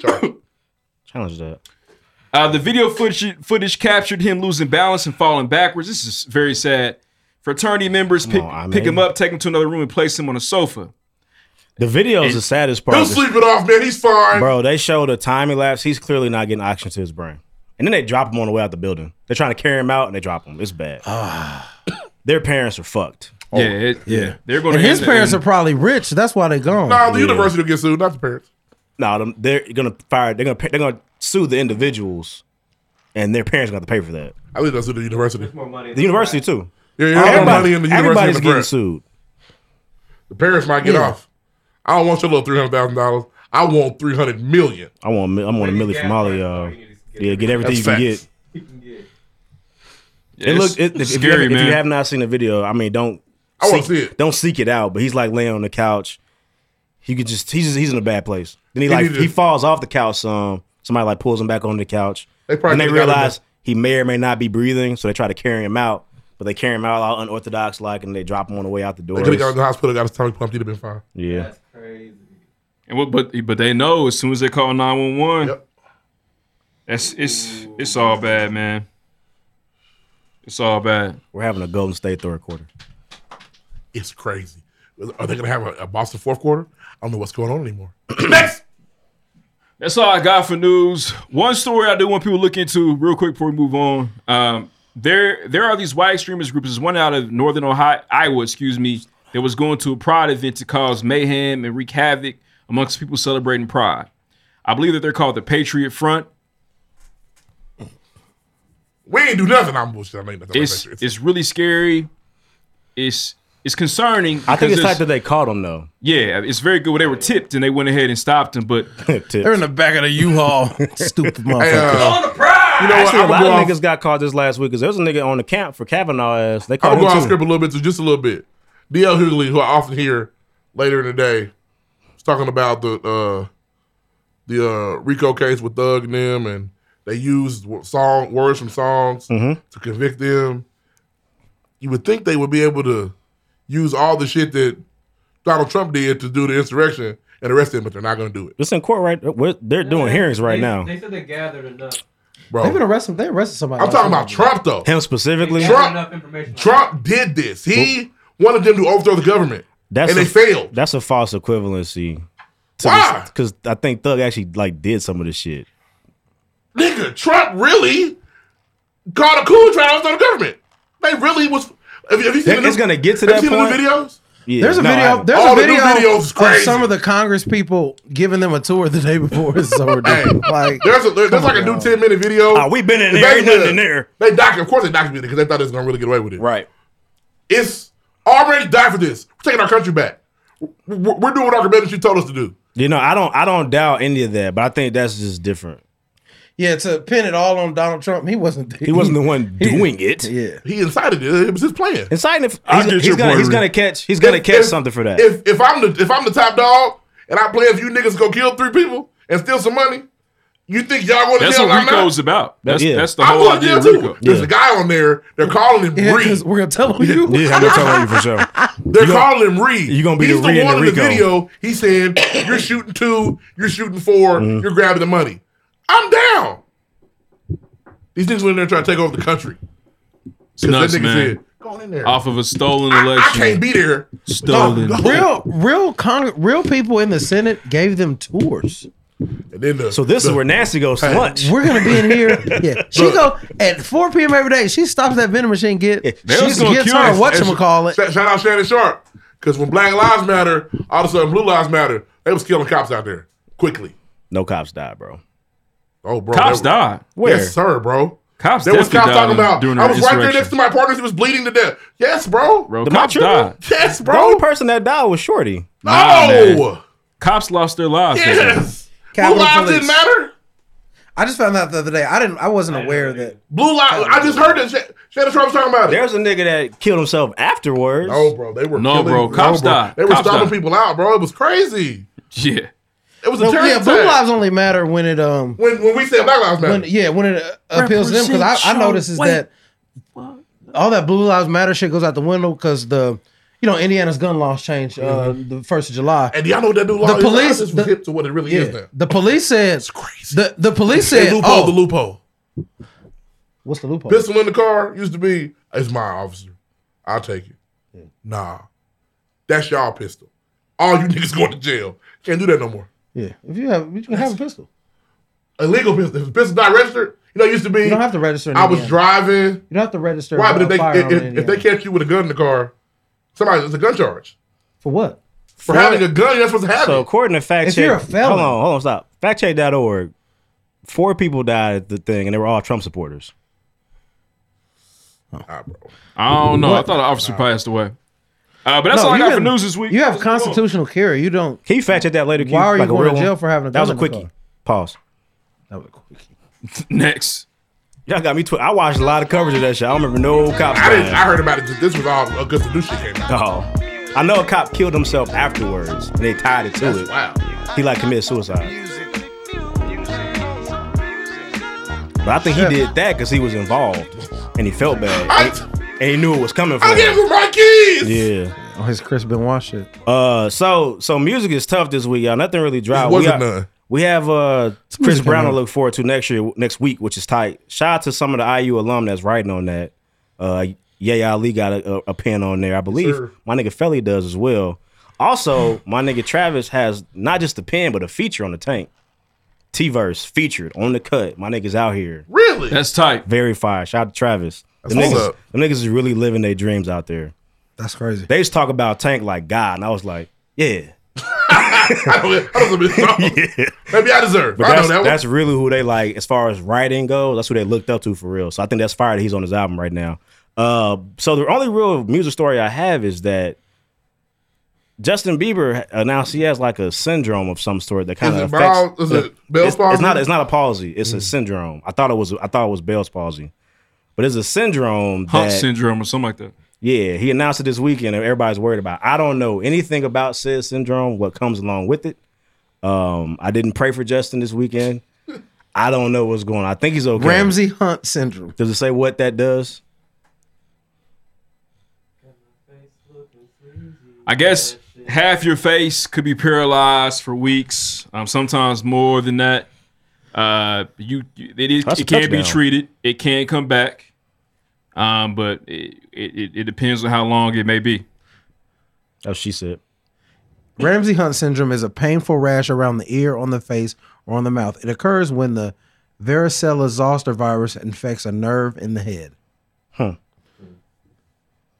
Challenge that. Uh, the video footage, footage captured him losing balance and falling backwards. This is very sad. Fraternity members pick, on, pick him Amen. up, take him to another room, and place him on a sofa. The video is the saddest part. he'll sleep it off, man. He's fine. Bro, they showed a time elapse. He's clearly not getting oxygen to his brain. And then they drop him on the way out the building. They're trying to carry him out and they drop him. It's bad. Ah. Their parents are fucked. Yeah, it- yeah. They're And going to his parents are probably rich. That's why they gone. Nah, the university will get sued, not the parents. No, them, they're gonna fire. They're gonna pay- they're gonna sue the individuals, and their parents gonna have to pay for that. I believe that's with the university. The university too. Yeah, yeah, there's more money in the university than everybody's the getting parents. sued. The parents might get Yeah. off. I don't want your little three hundred thousand dollars. I want three hundred million. I want mi- I want a milli from all of y'all. Yeah, get everything you That's can facts. get. It it's look it, if, if you scary, have, if you man. have not seen the video, I mean, don't I wanna seek, see it. don't seek it out. But he's like laying on the couch. He could just he's just, he's in a bad place. Then he, He like need to- he falls off the couch. Some somebody like pulls him back on the couch. They probably and they could've got him realize he may or may not be breathing, so they try to carry him out. But they carry him out all unorthodox like, and they drop him on the way out the door. They could have gone to the hospital, got his stomach pumped. He'd have been fine. Yeah. And what, but but they know as soon as they call nine one one. That's it's it's all bad, man. It's all bad. We're having a Golden State third quarter. It's crazy. Are they going to have a, a Boston fourth quarter? I don't know what's going on anymore. That's all I got for news. One story I do want people to look into real quick before we move on. Um, there, there are these white extremist groups. There's one out of Northern Ohio, Iowa, excuse me, that was going to a Pride event to cause mayhem and wreak havoc amongst people celebrating Pride. I believe that they're called the Patriot Front. We ain't do nothing. I'm bullshit. I mean, nothing. It's it's really scary. It's it's concerning. I think because it's there's- like that they caught him though. Yeah, it's very good. Well, they were tipped and they went ahead and stopped them, but They're in the back of the U-Haul. Stupid motherfucker. You know Actually, what? I'ma a lot go of off- niggas got caught this last week because there was a nigga on the camp for Kavanaugh ass. They I'll caught go off him too. script a little bit, too, just a little bit. DL Hughley, who I often hear later in the day, was talking about the uh, the uh, Rico case with Thug and them, and they used wo- song words from songs Mhm. to convict them. You would think they would be able to use all the shit that Donald Trump did to do the insurrection and arrest him, but they're not going to do it. It's in court right. we're- They're doing hearings right now. said they gathered enough. Bro. They've been arresting. They arrested somebody. I'm talking about Trump though. Him specifically. Trump, Trump did this. He wanted them to overthrow the government, That's and a, they failed. That's a false equivalency. Why? Because I think Thug actually like did some of this shit. Nigga, Trump really called a coup trying to overthrow the government. They really was. Have, you- have you seen That- it's gonna get to have that you seen point. The new videos? Yeah. There's a No, video. I- There's All a the new video videos is of crazy. some of the Congress people giving them a tour the day before. It's so ridiculous. like There's a, there- there's come like on, a new y'all. ten minute video. Ah, we been in They there, ain't nothing did. in there. They doc, of course they documented because they thought they was gonna really get away with it. Right. It's already died for this. We're taking our country back. We're, we're doing our commitment you told us to do. You know, I don't. I don't doubt any of that, but I think that's just different. Yeah, to pin it all on Donald Trump, he wasn't. He wasn't the one doing it. Yeah, he incited it. It was his plan. Inciting. He's, I get he's your gonna, point, he's Reed. gonna catch. He's gonna If- catch if- something for that. If if I'm the if I'm the top dog and I play if you niggas go kill three people and steal some money, you think y'all going to That's jail? what I'm not? Rico's about. That's Yeah. that's the whole I'm going to idea jail of too. Rico. There's a guy on there. They're calling him Yeah, Reed. 'cause we're gonna tell on you. Yeah, I'm gonna tell you for sure. They're You gonna- calling him Reed. you gonna be He's the Reed and one the in the Rico. video. He said, "You're shooting two. You're shooting 4 Mm-hmm. you You're grabbing the money. I'm down." These niggas went in there trying to take over the country. It's nuts, that nigga man. said, "Go on in there." Off of a stolen I- I election. can't be there. Stolen. Go- go. real, real, con- real people in the Senate gave them tours. And then the, so this is where Nancy goes to lunch. We're gonna be in here. Yeah, she go at 4 p.m. every day. She stops that vending machine. Get she They was gets gonna cure her us. whatchamacallit. Shout shout out Shannon Sharp. Because when Black Lives Matter, all of a sudden Blue Lives Matter, they was killing cops out there quickly. No cops died, bro. Oh, bro. Cops that- died. Where? Yes, sir, bro. Cops There was cops definitely talking died about, during I the was right there insurrection. next to my partners. He was bleeding to death. Yes, bro. Bro, Am I cops tripping? died. Yes, The bro. only person that died was Shorty. No. man. Cops lost their lives. that day. Yes. Blue Capitol Lives Police. didn't matter. I just found out the other day. I didn't. I wasn't aware that. Blue Lives. I just heard that. Sha- Shannon Sharp was talking about it. There's a nigga that killed himself afterwards. No, bro. They were No, killing- bro, cops bro. died. They were Cops stomping died. people out, bro. It was crazy. Yeah. It was a No, terror yeah, attack. blue lives only matter when it um when when we say Black Lives Matter. when yeah when it uh, appeals to them because I, I Represent notice is your that all that blue lives matter shit goes out the window because the you know Indiana's gun laws changed uh, the first of July Mm-hmm. And y'all know what that new law the is? police This was the, hip to what it really is yeah, now. the police said the the police They said loophole oh the loophole. what's the loophole Pistol in the car used to be, it's my officer. I'll take it. Nah. That's y'all pistol. All you niggas going to jail. Can't do that no more. yeah if you have you can have a pistol Illegal pistol. If the pistol's not registered, you know, it used to be. you don't have to register in I was Indiana. driving. You don't have to register Why? But a if they, if, firearm in if, if they Indiana. catch you with a gun in the car, somebody, it's a gun charge. for what For having a gun, you're not supposed to have So it. according to fact If check, you're a felon. hold on, hold on, stop. Factcheck.org. Four people died at the thing, and they were all Trump supporters. Nah, bro. I don't know. I What? thought an officer passed away. Uh, but that's No, all I you got for can- news this week. you have constitutional carry you don't Can you fact check that later? Q? Why are you Like a going real to jail one? for having a That was a gun in the quickie. car? Pause. That was a quickie. Next. Y'all got me. Twi- I watched a lot of coverage of that shit. I don't remember no cops. I, didn't, dying. I heard about it. This was all a good solution came out. Oh. I know a cop killed himself afterwards, and they tied it to it. Wow. He like committed suicide. But I think he did that because he was involved, and he felt bad, and, and he knew it was coming from I gave him. him my keys. Yeah. oh his Chris Benoit shit Uh, so so music is tough this week, y'all. Nothing really dropped. There we, wasn't are- none. we have uh Chris music Brown to coming up. look forward to next year, next week, which is tight. Shout out to some of the IU alum that's writing on that. Uh, yeah, Ali got a, a, a pen on there, I believe. sir. My nigga Felly does as well. Also, my nigga Travis has not just the pen, but a feature on the tank. T verse featured on the cut. My niggas out here. Really? That's tight. Very fire. Shout out to Travis. That's The what's niggas, up. the niggas is really living their dreams out there. That's crazy. They just talk about Tank like God, and I was like, yeah. Maybe I deserve. But I know that's, that one. that's really who they like as far as writing goes. That's who they looked up to for real. So I think that's fire that he's on his album right now. Uh, so the only real music story I have is that Justin Bieber announced he has like a syndrome of some sort that kind Is of it affects. Bell's- is it Bell's it's, it's not. palsy? Mm. It's not a palsy. It's a syndrome. I thought it was. I thought it was Bell's palsy, but it's a syndrome. Hunt that- syndrome or something like that. yeah, he announced it this weekend, and everybody's worried about. it. I don't know anything about said syndrome, what comes along with it. Um, I didn't pray for Justin this weekend. I don't know what's going on. I think he's okay. Ramsey Hunt syndrome. Does it say what that does? I guess half your face could be paralyzed for weeks. Um, sometimes more than that. Uh, you, you it is That's a it can be touchdown. treated. It can come back. Um, but it, it it- it depends on how long it may be. Oh, she said. Ramsey Hunt syndrome is a painful rash around the ear, on the face, or on the mouth. It occurs when the varicella zoster virus infects a nerve in the head. Huh.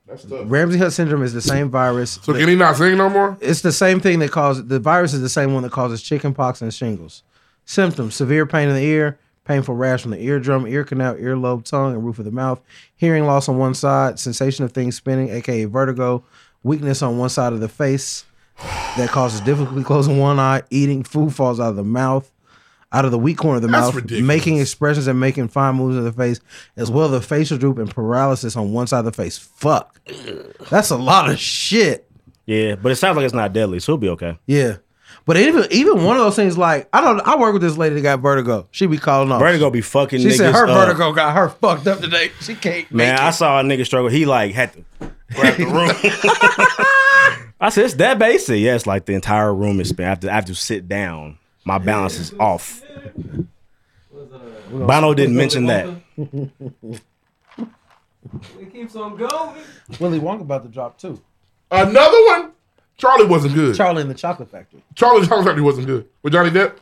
That's tough. Ramsey Hunt syndrome is the same virus. So can he not sing no more? It's the same thing that causes the virus is the same one that causes chickenpox and shingles. Symptoms: severe pain in the ear, painful rash from the eardrum, ear canal, earlobe, tongue, and roof of the mouth, hearing loss on one side, sensation of things spinning, aka vertigo, weakness on one side of the face that causes difficulty closing one eye, eating food falls out of the mouth, out of the weak corner of the That's mouth, ridiculous. making expressions and making fine moves of the face, as well as the facial droop and paralysis on one side of the face. Fuck, that's a lot of shit. Yeah, but it sounds like it's not deadly, so he'll be okay. Yeah. But even even one of those things like I don't I work with this lady that got vertigo. Oh, She be calling off. Vertigo be fucking. She said niggas her up. vertigo got her fucked up today. She can't. Man, I saw a nigga struggle. He like had to grab the room. I said it's that basic. Yeah, it's like the entire room is spent. I have to, I have to sit down. My balance is off. Bono didn't mention that. It keeps on going. Willy Wonka about to drop too. Another one? Charlie wasn't good. Charlie in the Chocolate Factory. Charlie Charlie Factory wasn't good. With Johnny Depp?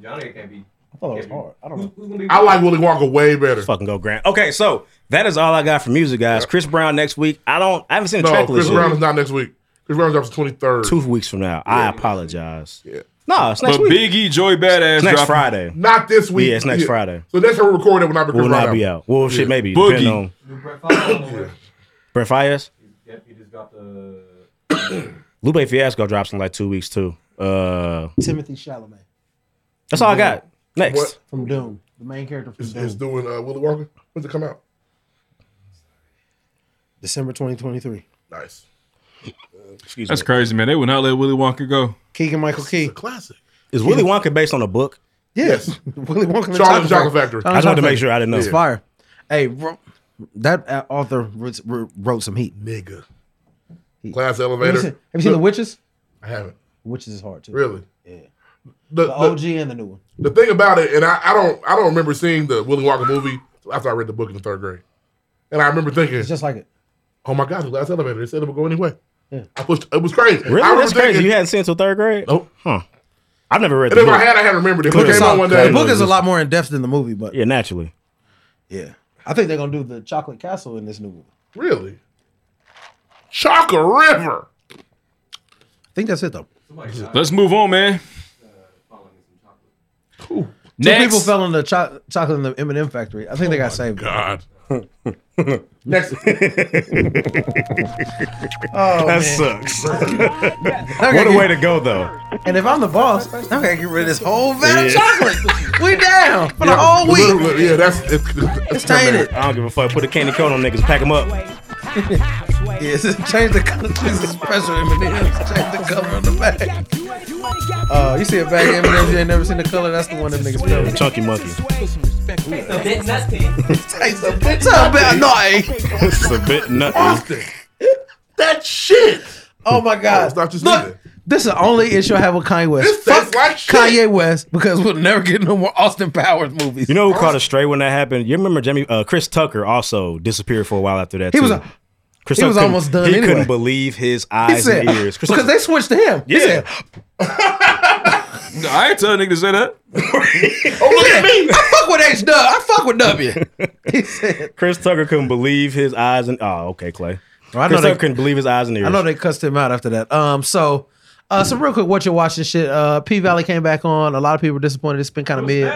Johnny can't be. I thought it was hard. I don't know. I like Willy Wonka way better. Fucking go, Grant. Okay, so that is all I got for music, guys. Chris Brown next week. I don't. I haven't seen the No, track Chris list. Brown is yet. not next week. Chris Brown drops the twenty third. Two weeks from now. I apologize. Yeah. No, it's next but week. Biggie, Joey Badass, It's next dropping- Friday. Not this week. Yeah, it's next Friday. So next time we record it will not be Chris Will Brown not be out. Well, shit, maybe. Boogie. Depending on Brent Fires. Lupe Fiasco drops in like two weeks too. Uh, Timothy Chalamet that's all I got. Next. What from Doom. The main character from is, Doom. is doing uh, Willy Wonka? When's it come out? December 2023. Nice. Excuse That's me. crazy, man. They would not let Willy Wonka go. Keegan Michael Key. Classic. Is Willy Wonka based on a book? Yes. Willy Wonka and the Charlie and the Chocolate, Chocolate Factory. I just wanted to make sure I didn't know. It's Yeah. fire. Hey, bro, that uh, author wrote, wrote some heat. Nigga. Class Have elevator. you seen, have you seen The Witches? I haven't. Witches is hard too. Really? Yeah. The, The OG and the new one. The thing about it, and I, I don't I don't remember seeing the Willy Wonka movie till after I read the book in the third grade. And I remember thinking It's just like it. Oh my god, the last elevator. They said it would go anyway. Yeah. I pushed it was crazy. Really? I remember That's crazy. thinking- You hadn't seen it till third grade? Nope. Huh. I've never read And the if book. I had, I had remembered it. Book But it is came out out. one I day. The book is a just- lot more in depth than the movie, but Yeah, naturally. yeah. I think they're gonna do the Chocolate Castle in this new one. Really? Chaka River. I think that's it though. Let's move on, man. Two Next. people fell in the cho- chocolate in the M and M factory. I think they got saved. God. Next. Oh, that man. sucks. Okay, what a way to go, though. And if I'm the boss, I gotta get rid of this whole vat of Yeah. chocolate. we down for the Oh, whole week. Literally, Yeah, that's it's, It's tainted. I don't give a fuck. Put a candy cone on niggas. Pack them up. Yes, change the color. This is special M and M's. Change the color on the bag. Uh, you see a bag of M and M's you ain't never seen the color. That's the one that niggas fell. in. Chunky monkey. Tastes a bit, tastes a bit annoying. it's a bit nothing. Austin. That shit. Oh my Oh, god. it's not just Look, either. this is the only issue I have with Kanye West. This Fuck tastes like shit. Kanye West because we'll never get no more Austin Powers movies. You know who caught a stray when that happened? You remember Jimmy uh, Chris Tucker also disappeared for a while after that. He too. was a- Christoph was couldn't- almost done He anyway. couldn't believe his He eyes said, and ears. because they switched to him. He said, No, I ain't tell a nigga to say that. I fuck with H Dub. I fuck with W. Chris Tucker couldn't believe his eyes and oh, okay, Clay. I know Chris they- Tucker couldn't believe his eyes and ears. I know they cussed him out after that. Um, so, uh, so real quick, what you're watching shit. Uh, P Valley came back on. A lot of people were disappointed. It's been kind of mid.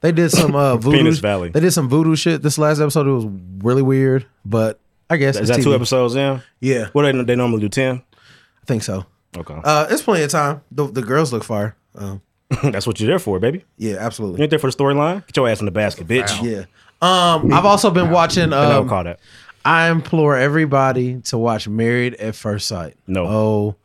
They did some uh voodoo. Penis Valley. They did some voodoo shit. This last episode it was really weird, but I guess Is it's that TV. two episodes in? Yeah. What they, they normally do ten? I think so. Okay. Uh, it's plenty of time. The, the girls look fire. Um, That's what you're there for, baby. Yeah, absolutely. You ain't there for the storyline? Get your ass in the basket, bitch. Yeah. Um, I've also been watching. I never Um, caught that. I implore everybody to watch Married at First Sight. No. Oh,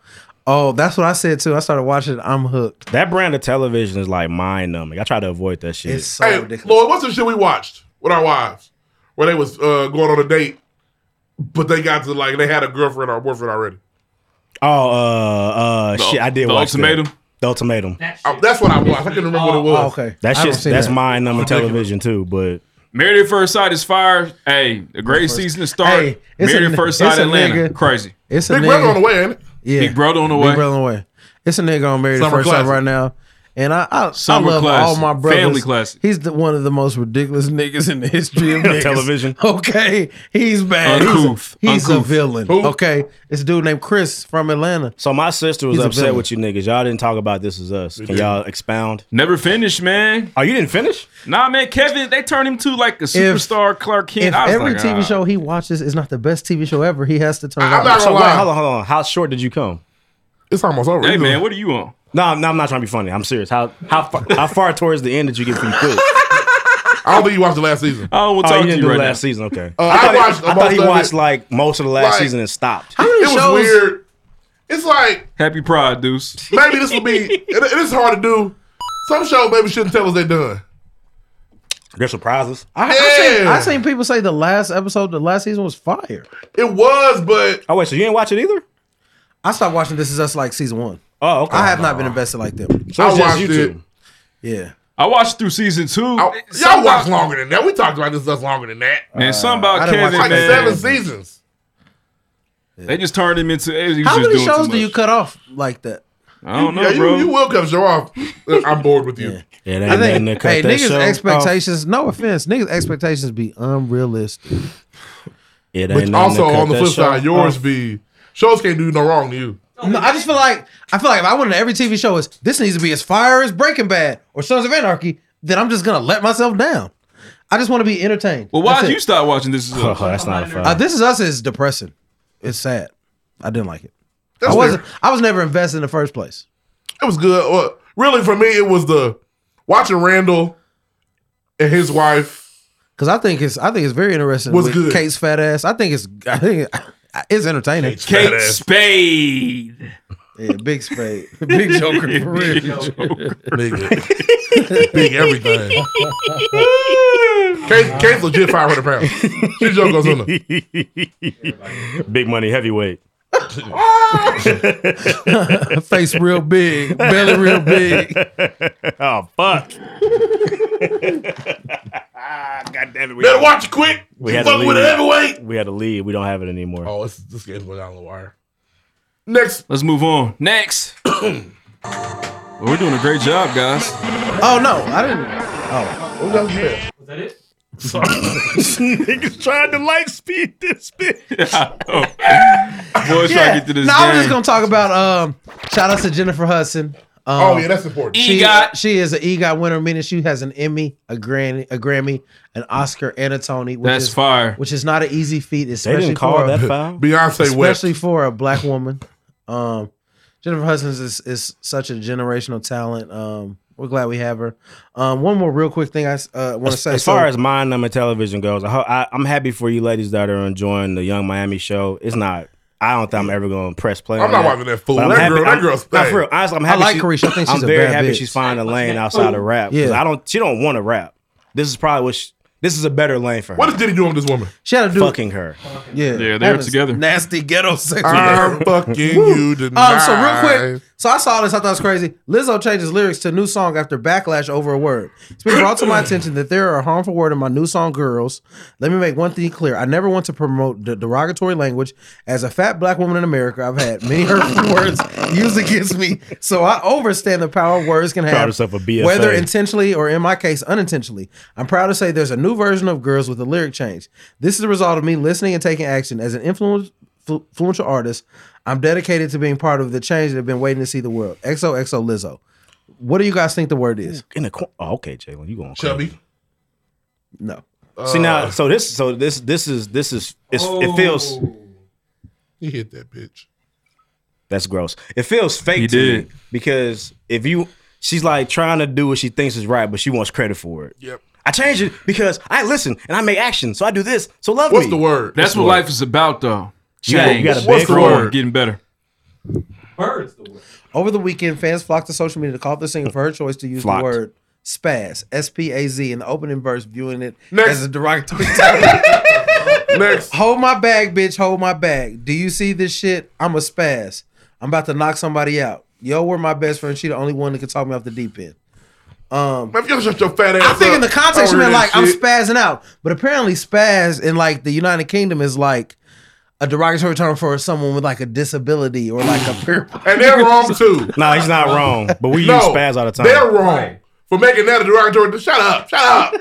oh, that's what I said too. I started watching. I'm hooked. That brand of television is like mind numbing. I try to avoid that shit. It's so hey, Lord, what's the shit we watched with our wives where they was uh, going on a date, but they got to like they had a girlfriend or boyfriend already. oh, uh, uh, shit. I did the watch that. ultimatum? The ultimatum. Oh, that's what I watched. I couldn't remember Oh, what it Oh, was. That shit's that's mind numbing television too. But Married at First Sight is fire. Hey, a great season to start. it's Married a- at First it's Sight a Atlanta. nigga. Crazy. It's a Big Brother nigga. on the way, ain't it? Yeah. Big Brother on the way. Big brother on the way. It's a nigga on Married at Summer First Sight classic. right now. And I, I, I Summer love all classic. my brothers. Family classic. He's the, one of the most ridiculous niggas in the history of niggas. Television. Okay, he's bad. He's a- Uncouth. He's, a Uncouth. villain. Who? Okay, it's a dude named Chris from Atlanta. So my sister was upset with you niggas. Y'all didn't talk about this is us. Can did. y'all expound? Never finished, man. Oh, you didn't finish? Nah, man, Kevin, they turned him to like a superstar Clark Kent. If I was every like, TV ah. show he watches is not the best TV show ever, he has to turn. it off. So wait, hold on, hold on. How short did you come? It's almost over. Hey, man, what are you on? No, no, I'm not trying to be funny. I'm serious. How how far, how far towards the end did you get from quick? I don't think you watched the last season. Oh, we'll you talk to didn't you do right last now. season. Okay. Uh, I I thought, he- watched I thought he most of watched it. like most of the last Like- season and stopped. it was weird. It's like Happy Pride, Deuce. maybe this will be. It, it is hard to do. Some shows maybe shouldn't tell us they're done. There's surprises. I, I, seen, Yeah. I seen people say the last episode, the last season was fire. It was, but oh wait, so you didn't watch it either? I stopped watching This Is Us like season one. Oh, okay. I have not been invested like them. So it's I just watched you it. two. Yeah, I watched through season two. Oh, Y'all watched longer than that. We talked about this stuff longer than that. Man, something about I done watched Kevin, like man. seven seasons. They just turned him into. He was How just many doing too shows do much. you cut off like that? I don't know, Yeah, you- bro. You, will come show off. I'm bored with you. Yeah, I think hey, niggas' expectations. No offense, niggas' expectations be unrealistic. It But also on the flip side, yours be shows can't do no wrong to you. No, I just feel like I feel like if I went to every TV show is this needs to be as fire as Breaking Bad or Sons of Anarchy, then I'm just gonna let myself down. I just want to be entertained. Well, why That's did it. you start watching This Is Us? Oh, that's not a Uh, this is us is depressing. It's sad. I didn't like it. That's I wasn't. I was never invested in the first place. It was good. Well, really for me, it was the watching Randall and his wife. Cause I think it's I think it's very interesting. Was with good. Kate's fat ass. I think it's I think it's entertaining. Kate Spade. Yeah, big spade, big joker for real. Nigga. Big everything. Kate, Kate's legit 500 pounds. She joke goes on her. Big money, heavyweight. Face real big, belly real big. oh fuck! God damn it. Better watch it quick. We She had to fucking leave. with a heavyweight. We had to leave. We don't have it anymore. Oh, it's, this game's going down the wire. Next. Let's move on. Next. well, we're doing a great job, guys. Oh no, I didn't. Oh, what was that? Was that it? Niggas trying to light speed this bitch. Boys, Oh. try to get to this no, I'm just game. gonna talk about um. Shout out to Jennifer Hudson. Um, Oh, yeah, that's important. E She, EGOT. she is an EGOT winner, meaning she has an Emmy, a Grammy, a Grammy, an Oscar, and a Tony. Which That's is, fire. Which is not an easy feat, especially didn't call for a- that foul? Beyonce wept. especially for a black woman. Um, Jennifer Hudson is is such a generational talent. Um, we're glad we have her. Um, one more real quick thing I uh, want to As, say. as far So- as mind numbing television goes, I, ho- I, I'm happy for you ladies that are enjoying the Young Miami show. It's not. I don't think I'm ever going to press play. I'm on not that. watching that fool. But I'm That happy- girl- that I'm- girl's nah, thing. for real, honestly, I'm I happy. like she- her. She- I think she's I'm a very bad happy bitch. she's finding a lane outside of rap. 'cause Yeah. I don't. She don't want to rap. This is probably what. She, This is a better lane for her. What is Diddy doing with this woman? She had a dude fucking her. Yeah, yeah, they're together. Nasty ghetto sex. I'm fucking you Um, so real tonight. quick, so I saw this. I thought it was crazy. Lizzo changes lyrics to new song after backlash over a word. It's been brought to my attention that there are harmful word in my new song, "Girls." Let me make one thing clear: I never want to promote de- derogatory language. As a fat black woman in America, I've had many hurtful words used against me, so I overstand the power words can Proud have, yourself of BFA. whether intentionally or in my case unintentionally. I'm proud to say there's a new version of "Girls" with a lyric change. This is the result of me listening and taking action as an influence flu- influential artist. I'm dedicated to being part of the change that I've been waiting to see the world. XOXO Lizzo. What do you guys think the word is? In the cor- oh, okay, Jalen, you going chubby? Uh, No. See now, so this, so this, this is this is it's, it feels He hit that bitch. that's gross. It feels fake He to did. me because if you, she's like trying to do what she thinks is right, but she wants credit for it. Yep. I change it because I listen and I make action, so I do this. So love What's me. the word? That's the what word? life is about, though. You gotta- you Change. gotta What's beg the for it. word? Getting better. Over the weekend, fans flocked to social media to call the singer for her choice to use Flocked. the word spaz, S P A Z, in the opening verse, viewing it Next. as a derogatory term. Next. Hold my bag, bitch. Hold my bag. Do you see this shit? I'm a spaz. I'm about to knock somebody out. Yo, we're my best friend. She the only one that can talk me off the deep end. Um, Man, if you shut your fat ass I think up, in the I context you don't meant hear like that I'm shit. spazzing out, but apparently spaz in like the United Kingdom is like a derogatory term for someone with like a disability or like a pure. And they're wrong too. No, he's not wrong, but we No, use spaz all the time. They're wrong for making that a derogatory. Shut up. Shut up.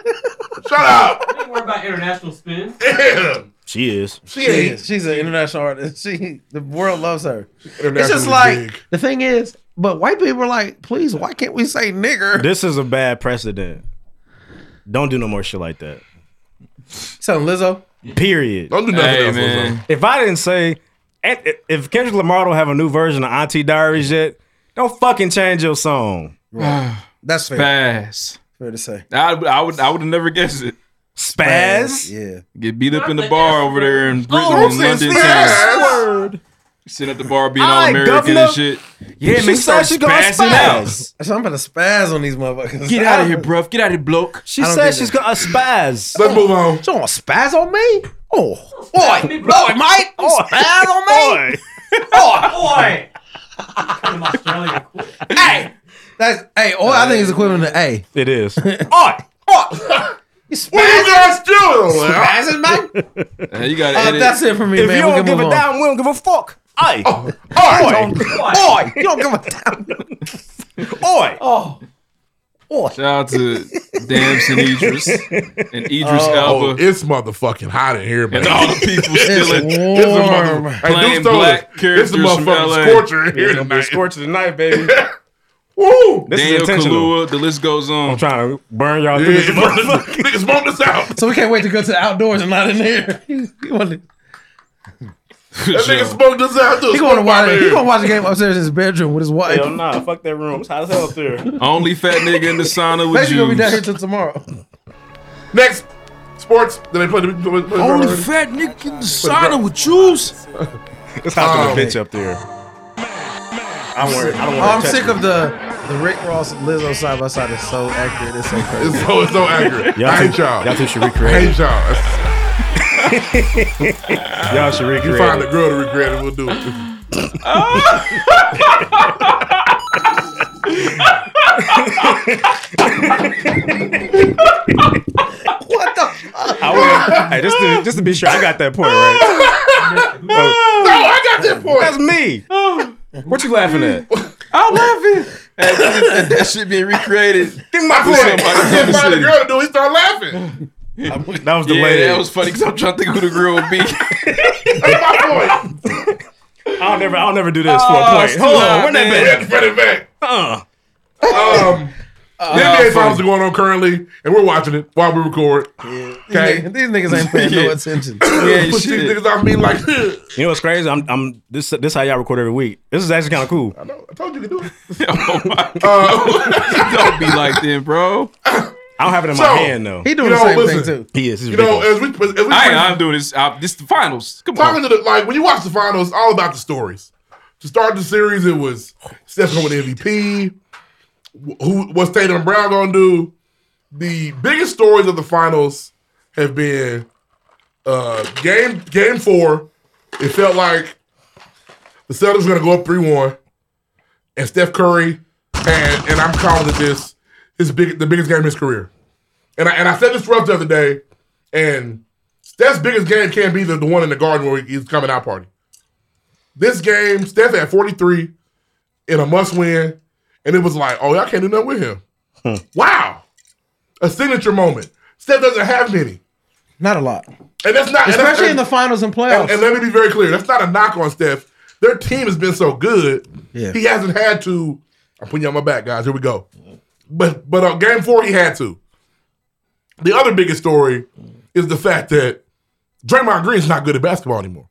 shut up. Don't worry about international spins. Damn. She is. She is. She's an international artist. She the world loves her. It's just internationally like big. the thing is, but white people are like, please, why can't we say nigger? This is a bad precedent. Don't do no more shit like that. So Lizzo. Period. Don't do nothing Hey, else. man. Lizzo. If I didn't say, if- if Kendrick Lamar don't have a new version of Auntie Diaries yet, don't fucking change your song. That's fair. Spaz. Fair to say. I, I would I would have never guessed it. Spaz. Yeah. Get beat up in the bar over there in Britain, in London, town. Word. Sitting at the bar being all Alright, American governor. and shit. Yeah, She man, she said starts she gonna spazzing spaz. So I'm about to spaz on these motherfuckers. Get out of here, bruv. Get out of here, bloke. She I don't said get she's it. gonna spaz. Let's move on. You want spaz on me? Oh, boy, boy, Mike, you spaz on me, Boy. Oh, boy, boy. hey, that's hey. Or I think it's equivalent to a. It is. Oh, oh, you What are you spazzing, guys doing? man? spazzing, Mike. Uh, you gotta Uh, edit. that's it for me, if man. you we don't can give move a on. damn, we don't give a fuck. Aye. Oi, you don't give a damn. Oi. Oh, oi. Shout out to Damson Idris and Idris Oh, Elba it's motherfucking hot in here, man. and all the people stealing It's a It's motherfucking warm. hey, Plain Deuce told us, black It's a characters from motherfucking LA. scorcher in here Be tonight. scorching tonight, baby. Woo! This Daniel is intentional. Kalua. The list goes on. I'm trying to burn y'all Yeah, through this motherfucker. Niggas smoke this out. So we can't wait to go to the outdoors and not in there. He wanna- That nigga smoked this out. he going to watch. He going to watch the game upstairs in his bedroom with his wife. Hell nah, fuck that room. It's hot as hell up there. Only fat nigga in the sauna with Basically, gonna be down here you. till tomorrow. Next sports. Then they play the play- play- play- fat nigga in the sauna with juice. It's hot Oh. than a bitch up there. I'm worried. I don't Oh, want I'm to touch sick you. of the the Rick Ross and Lizzo side by side. It's so accurate. It's so crazy. It's so it's so accurate. Y'all I two- hate y'all. Y'all two should I recreate. hate y'all. it. Y'all should If you recreate. find it. a girl to regret it, we'll do it. what the? Fuck? I wanna, hey, just to, just to be sure, I got that point right. No, I got that That's point. me. What you laughing at? I'm laughing. And and that shit being recreated. Give me my point. somebody I from the can't find a city. girl to do it. He started laughing. That was the Yeah, lady. that was funny because I'm trying to think who the girl would be. That's my point. I'll never, I'll never do this for a point. it's Hold too on, hot, when man. that Get the credit back. back? Uh, Um, the NBA finals are going on currently, and we're watching it while we record. Okay. These niggas- These niggas ain't paying no attention. Yeah, Put these shit. niggas off me like, "Ugh." you know what's crazy? I'm, I'm this, this how y'all record every week. This is actually kind of cool. I know, I told you to do it. Oh my god. Don't be like them, bro. I don't have it in my So- hand though. He doing You the know, same listen. thing too. He is. He's You know, ridiculous. as we as we I ain't, I'm doing this. I, this is the finals. Come talking on. to the like when you watch the finals, all about the stories. To start the series, it was Steph Curry with MVP. Who what's Tatum Brown gonna do? The biggest stories of the finals have been uh, game game four. It felt like the Celtics were going to go up three one, and Steph Curry and and I'm calling it this his big the biggest game of his career. And I and I said this for us the other day, and Steph's biggest game can't be the, the one in the garden where he's coming out party. This game, Steph had 43 in a must win, and it was like, oh, y'all can't do nothing with him. Wow. A signature moment. Steph doesn't have many. Not a lot. And that's not and that's- Especially and- in the finals and playoffs. and, and let me be very clear. That's not a knock on Steph. Their team has been so good. Yeah. He hasn't had to. I'm putting you on my back, guys. Here we go. But but uh, game four, he had to. The other biggest story is the fact that Draymond Green's not good at basketball anymore.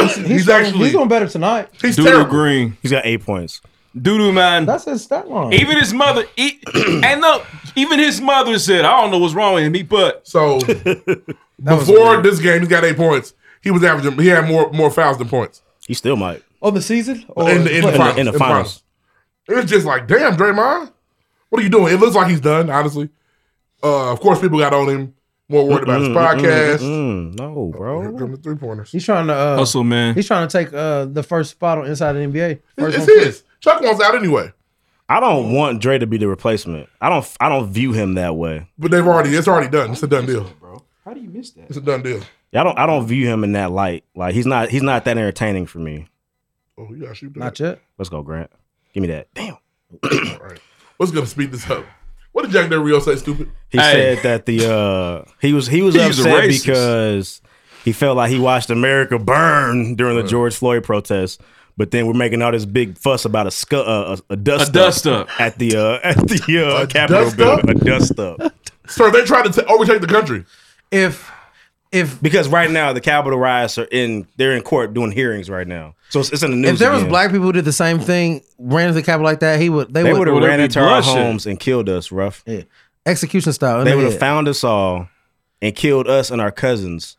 he's, actually he's doing better tonight. He's Doodoo terrible. Green. He's got eight points. Doodoo man. That's his stat line. Even his mother, e- and no, even his mother said, "I don't know what's wrong with him." He but so Before this game, he's got eight points. He was averaging. He had more more fouls than points. He still might. Oh, the season? Or in, the, in, the In the- finals, in the finals. It was just like, damn, Draymond, what are you doing? It looks like he's done, honestly. Uh, of course, people got on him more worried about his podcast. Mm-hmm, Oh, No, bro. Three pointers. He's trying to uh, Hustle, man. He's trying to take uh, the first spot on inside the NBA. First It's one- his. Chuck wants out anyway. I don't want Dre to be the replacement. I don't. I don't view him that way. But they've already. It's already done. It's a done deal. How do you miss that? It's a done deal. I don't. I don't view him in that light. Like he's not. He's not that entertaining for me. Oh, you got to shoot that. Not yet. Let's go, Grant. Give me that. Damn. All right. What's gonna speed this up? What did Jack Del Rio say? Stupid. He said that the uh he was he was He's a upset racist. because he felt like he watched America burn during the George Floyd protest. But then we're making all this big fuss about a scu- uh, a, a dust dust-up. at the uh, at the uh, Capitol dust-up? building. A dust up. Sir, they tried to t- overtake the country. If if because right now the Capitol riots are in they're in court doing hearings right now, so it's, it's in the news. if there was again. black people who did the same thing, ran to the capital like that, he would. They, they would would have ran into our bloodshed. homes and killed us, rough. Yeah. Execution style. They would have found us all and killed us and our cousins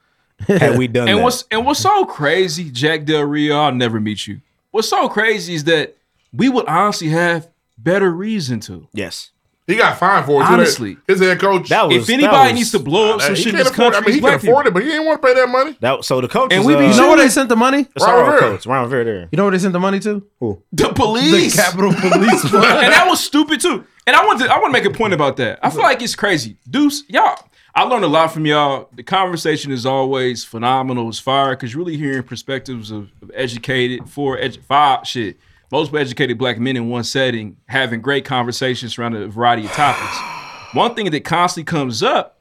had we done and that. what's and what's so crazy, Jack Del Rio, I'll never meet you. What's so crazy is that we would honestly have better reason to. Yes. He got fined for it. too. Honestly. his head coach. uh, That was- if anybody that was- needs to blow up some he shit in can't this afford it. country, I mean, he it's can black people. afford it, but he didn't want to pay that money. That so the coach. And is, we be. uh, You know where they sent the money? It's our Ron Rivera. coach, Ron Rivera. There. You know where they sent the money to? Who? The police. The Capitol Police. and that was stupid too. And I want to I want to make a point about that. I feel like it's crazy. Deuce, y'all, I learned a lot from y'all. The conversation is always phenomenal. It's fire because you're really hearing perspectives of, of educated, for edu- five shit. Most educated black men in one setting having great conversations around a variety of topics. One thing that constantly comes up,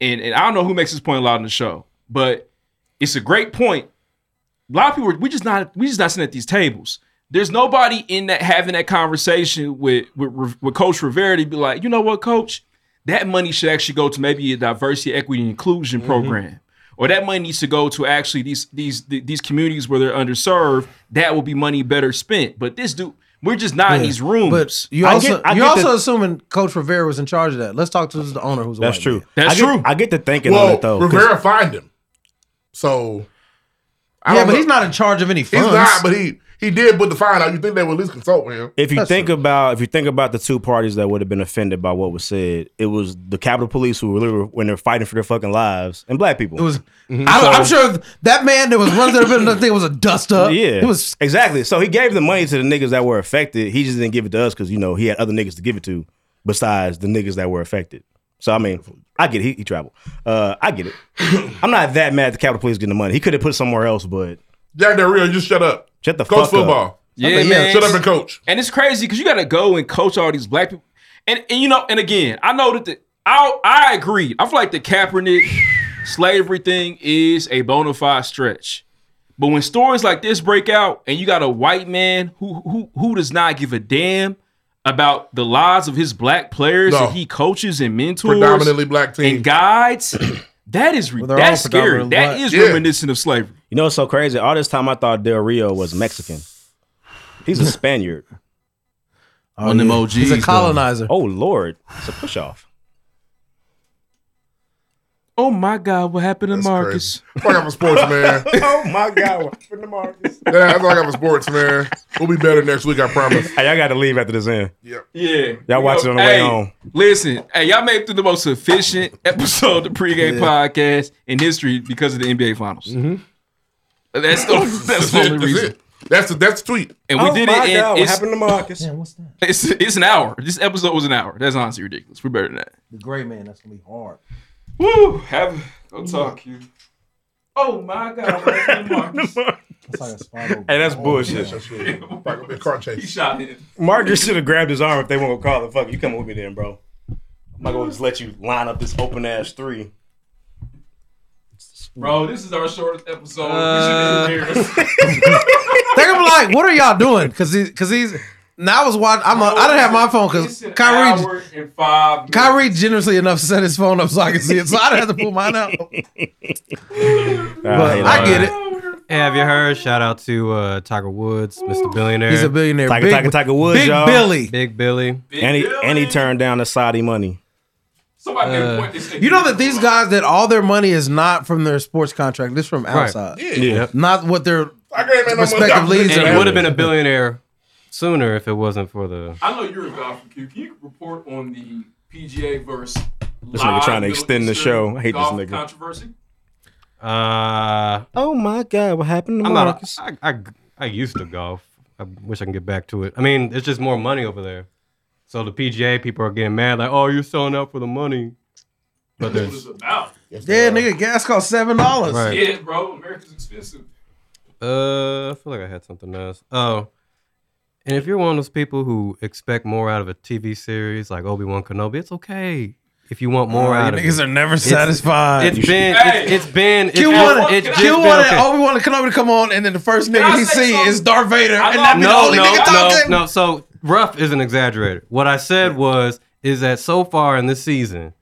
and, and I don't know who makes this point loud in the show, but it's a great point a lot of people are- we just not we just not sitting at these tables. There's nobody in that having that conversation with with, with Coach Rivera to be like, you know what, Coach, that money should actually go to maybe a diversity, equity, and inclusion Mm-hmm. program, or that money needs to go to actually these these th- these communities where they're underserved. That will be money better spent. But this dude, we're just not in Yeah. these rooms. But you also you also assuming Coach Rivera was in charge of that. Let's talk to the owner who's a That's white true. man. I get, I get to thinking on Well, it though. 'cause Rivera fined him. So I yeah, don't but know. he's not in charge of any He's funds. not, but he he did put the fine out. You think they would at least consult with him? If you think about if you think about the two parties that would have been offended by what was said, it was the Capitol Police who were literally when they're fighting for their fucking lives and black people. It was I, am sure that man that was running to the building doesn't think it was a dust up. Yeah, it was. exactly. So he gave the money to the niggas that were affected. He just didn't give it to us because you know he had other niggas to give it to besides the niggas that were affected. So I mean, I get it. He, he traveled. Uh, I get it. I'm not that mad. At the Capitol Police getting the money. He could have put it somewhere else, but Jack Del Rio, just shut up. Shut the Coach fuck football. up. Yeah, Okay, man. Shut up and coach. And it's crazy because you got to go and coach all these black people. And and you know, and again, I know that the I I agree. I feel like the Kaepernick slavery thing is a bona fide stretch. But when stories like this break out, and you got a white man who who who does not give a damn about the lives of his black players No. that he coaches and mentors, Predominantly black team. and guides, that is re they're all that's scary. predominantly That black. is Yeah. reminiscent of slavery. You know, it's so crazy. All this time, I thought Del Rio was Mexican. He's a Spaniard. Oh, One of them yeah. OGs, He's a though. colonizer. Oh Lord, it's a push off. Oh my God, what happened to Marcus? Fuck up with sports, man. oh my God, what happened to Marcus? Yeah, that's all I got for sports, man. We'll be better next week, I promise. Hey, y'all got to leave after this end. Yeah. Y'all watch it on the way Hey, home. Listen, hey, y'all made it through the most efficient episode of the pregame podcast in history because of the NBA Finals. Mm-hmm. That's the, that's the only reason. That's the that's the tweet. And Oh, Oh we did it. in- it's, to Marcus? Yeah, Oh, what's that? It's, it's an hour. This episode was an hour. That's honestly ridiculous. We're better than that. The gray man. That's gonna be hard. Woo! Have go talk you. Oh my God, what happened to Marcus? Hey, that's bullshit. car chase. He shot him. Marcus should have grabbed his arm if they won't call it. Fuck, you come with me then, bro. I'm not gonna just let you line up this open ass three. Bro, this is our shortest episode. Uh, We should've been here. They're gonna be like, "What are y'all doing?" Because because he's. Now I was watching. I'm. A, I didn't have my phone because It's an Kyrie. hour and five. Kyrie generously enough set his phone up so I could see it, so I didn't have to pull mine out. But I get it. Hey, have you heard? Shout out to uh, Tiger Woods, Mr. Billionaire. He's a billionaire. Tiger, Tiger, Tiger Woods, y'all. Big Billy. and he and he turned down the Saudi money. Somebody Uh, you know that these guys that all their money is not from their sports contract. This from Right. outside. Yeah. Yeah. Not what their I can't make no respective money. leagues And are. he would have been a billionaire sooner if it wasn't for the. I know you're a golfer, Q. Can you report on the PGA versus This nigga live trying to Middle extend the Eastern show. I hate this golf nigga. Controversy. Uh, Oh my God, what happened I'm not. I, I I used to golf. I wish I can get back to it. I mean, it's just more money over there. So the PGA people are getting mad, like, "Oh, you're selling out for the money," but there's Yeah, nigga, gas cost seven dollars. Right. Yeah, bro, America's expensive. Uh, I feel like I had something else. Oh, and if you're one of those people who expect more out of a TV series like Obi Wan Kenobi, it's okay if you want more Oh, you out of it. niggas are never It's- satisfied. You It's should- been. Hey! It's, it's been. It's, Q wanted, it's just Q been wanted okay. Obi Wan Kenobi to come on, and then the first nigga I he say see something? is Darth Vader, I and love- that be the no, only no, nigga no, talking. no. So rough is an exaggerator. What I said was is that so far in this season,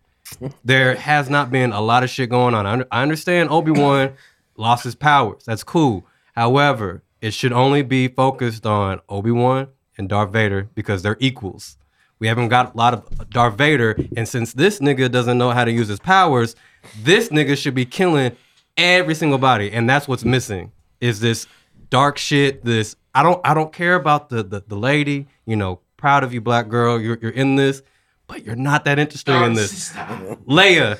there has not been a lot of shit going on. I, under- I understand Obi Wan lost his powers. That's cool. However, it should only be focused on Obi Wan and Darth Vader because they're equals. We haven't got a lot of Darth Vader, and since this nigga doesn't know how to use his powers, this nigga should be killing every single body, and that's what's missing. Is this dark shit? This I don't I don't care about the the, the lady. You know, proud of you, black girl. You're you're in this, but you're not that interesting in this. Leia,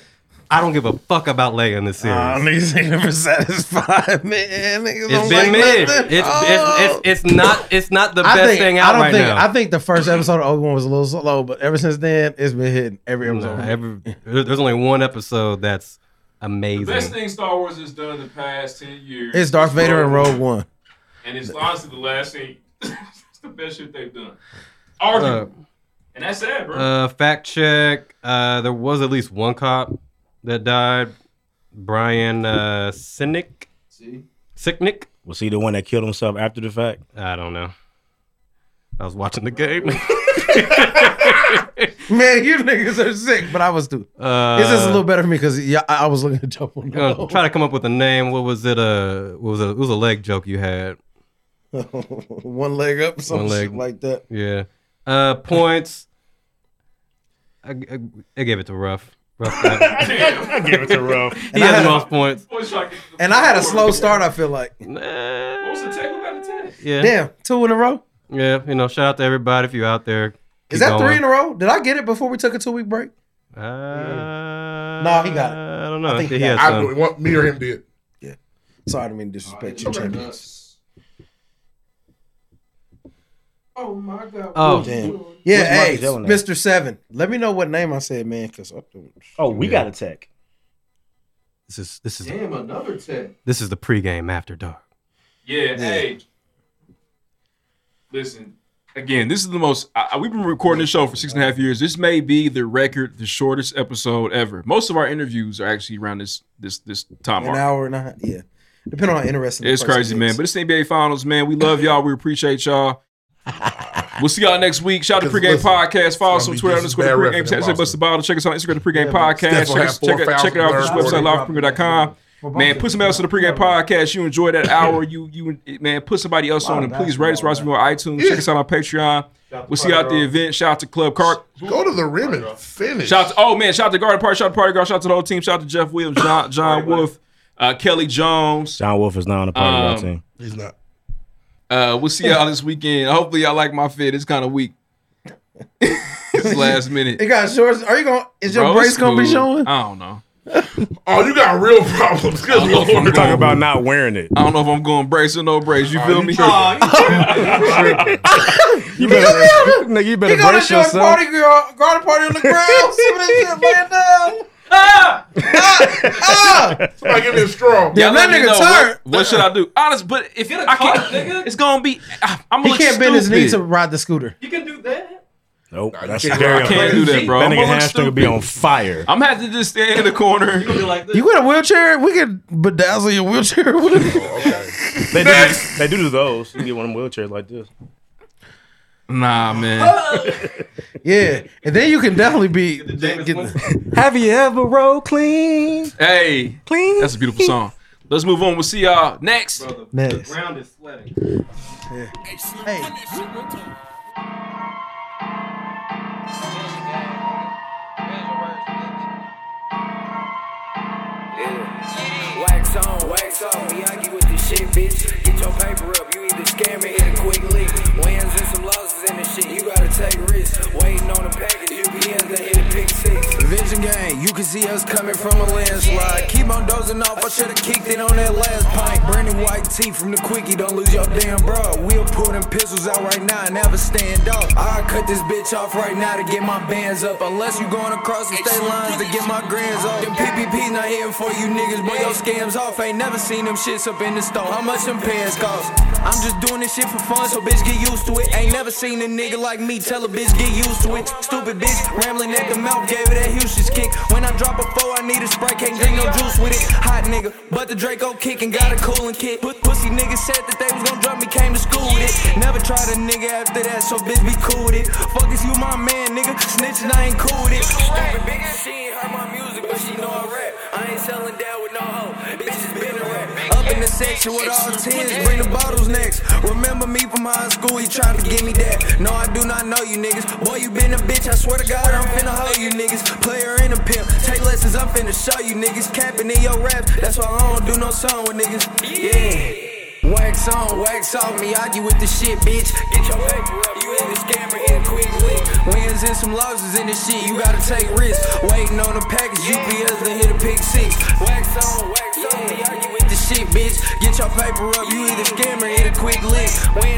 I don't give a fuck about Leia in this series. Nah, niggas ain't never satisfied, man. Niggas it's don't like been mid. nothing. It's, Oh. it's, it's it's not it's not the I best think- thing out I don't right think, now. I think the first episode of Obi Wan was a little slow, but ever since then, it's been hitting every episode. Nah, every- there- there's only one episode that's amazing. The best thing Star Wars has done in the past ten years. It's Darth is Vader and Rogue One. and it's honestly the last thing. it's the best shit they've done. Argue, Uh, and that's sad, bro. Uh, fact check. Uh, there was at least one cop that died. Brian uh, Sinek. See? Sicknick. Was he the one that killed himself after the fact? I don't know. I was watching the game. Man, you niggas are sick, but I was too. Uh, this is a little better for me because yeah, I I was looking to jump on. I'm gonna try to come up with a name. What was it? Uh, what was it? It was a leg joke you had. one leg up, some One leg. shit like that. Yeah. Uh, points. I, I, I gave it to Ruff. Ruff got I gave it to Ruff. And He I had had the a- most points. And I had a slow start. I feel like. what was the take about the test? Yeah. Damn, two in a row. Yeah. You know, shout out to everybody if you're out there. Is that three in a row? Did I get it before we took a two week break? Uh, no, nah, he got it. I don't know. I think He he had got it. some. I- What me or him did? Yeah. Sorry, I didn't mean to disrespect you, champions. Oh my god. Oh, what you damn. doing? Yeah, What's hey, Marcus Dillon at? Mr. Seven. Let me know what name I said, man, because I'm doing. Oh, we Yeah. got a tech. This is this is Damn, another tech. this is the pregame after dark. Yeah, hey. Listen, again, this is the most. I, I- we've been recording this show for six and a half years. This may be the record, the shortest episode ever. Most of our interviews are actually around this this this time. An mark. hour and a half. Yeah. Depending on how interesting. the It's person crazy, is. man. But it's the NBA Finals, man. We love y'all. We appreciate y'all. We'll see y'all next week. Shout out to Pregame Podcast. Follow us on Twitter underscore the pregame. Tap say bust the bottle. Check us on Instagram, the pregame podcast. Steph will Check, us, have four check, it, check it out on fouls this website, in livepremier.com. Man, put somebody else on the pregame podcast. You enjoy that hour. You you man, put somebody else on and please rate us, rate us on iTunes. Check us out on Patreon. We'll see you out the event. Shout out to Club Car. Go to the rim and finish. Shout out to, oh man, shout out to Garden Party, shout out to Party Girl, shout out to the whole team, shout out to Jeff Williams, John, John Wolf, uh, Kelly Jones. John Wolf is not on the party Um, rock team. He's not. Uh, we'll see y'all this weekend. Hopefully y'all like my fit. It's kind of weak. it's last minute. It got shorts. Are you going? to Is your Bro, brace it's gonna be cool. showing? I don't know. Oh, you got real problems. Good lord. We're talking about not wearing it. I don't know if I'm going brace or no brace. You feel me? You better, nigga, you better He gonna brace show his yourself. party girl, garden party on the ground. See what that shit laying down. Ah, ah, ah. Somebody give me a straw. Yeah, that let me nigga know turn. what, what should I do? Honest, but if Get a cart, nigga. it's gonna be, I- I'm He gonna look can't stupid. bend his knee to ride the scooter. Nope, that's can't- stereo. I can't do that, bro. That I'm nigga gonna look hamstring will be stupid. on fire. I'm gonna have to just stand in the corner. You got a wheelchair? We could bedazzle your wheelchair. with it. They do, they do do those. You get one of them wheelchairs like this. Nah, man. yeah, and then you can definitely be. Get Have you ever rolled clean? hey, Clean. that's a beautiful song. Let's move on. We'll see y'all next. Next. Ground is sweating. Hey. Yeah. Wax on, wax off, Miyagi with the shit, bitch. Get your paper up, you either scam or hit a quick lick. Wins and some losses in the shit, you gotta take risks. Waiting on the package, UPS, they hit a pick six. Vision game, you can see us coming from a landslide. Keep on dozing off, I should've kicked it on that last pint. Brandon White tee from the quickie, don't lose your damn bra. We'll pull them pistols out right now and never stand up. I'll cut this bitch off right now to get my bands up. Unless you going across the state lines to get my grands up. Them PPP's not here for you niggas, boy, your scams off. Ain't never seen them shits up in the store. How much them pants cost? I'm just doing this shit for fun, so bitch get used to it. Ain't never seen a nigga like me tell a bitch get used to it. Stupid bitch, rambling at the mouth, gave it that Houston's kick. When I drop a four, I need a spray, can't drink no juice with it. Hot nigga, but the Draco kick and got a cooling kit. Put pussy niggas said that they was gonna drop me, came to school with it. Never tried a nigga after that, so bitch be cool with it. Fuck is you my man, nigga? Snitching, I ain't cool with it. Stupid bitch, she ain't heard my music, but she know I rap. I ain't selling down with no hoe. Bitch, it's been a rap. Up in the section with all tens, bring the bottles next. Remember me from high school, he tried to give me that. No, I do not know you niggas. Boy, you been a bitch, I swear to God, I'm finna hoe you niggas. Player in a pimp, take lessons, I'm finna show you niggas. Capping in your raps, that's why I don't do no song with niggas. Yeah. Wax on, wax off, Miyagi with the shit, bitch. Get your paper up, you in the scammer, hit a quick lick. Wins and some losses in this shit, you gotta take risks. Waiting on the package, UPS to hit a pick six. Wax on, wax off, Miyagi with the shit, bitch. Get your paper up, you either scammer, hit a quick lick. Wins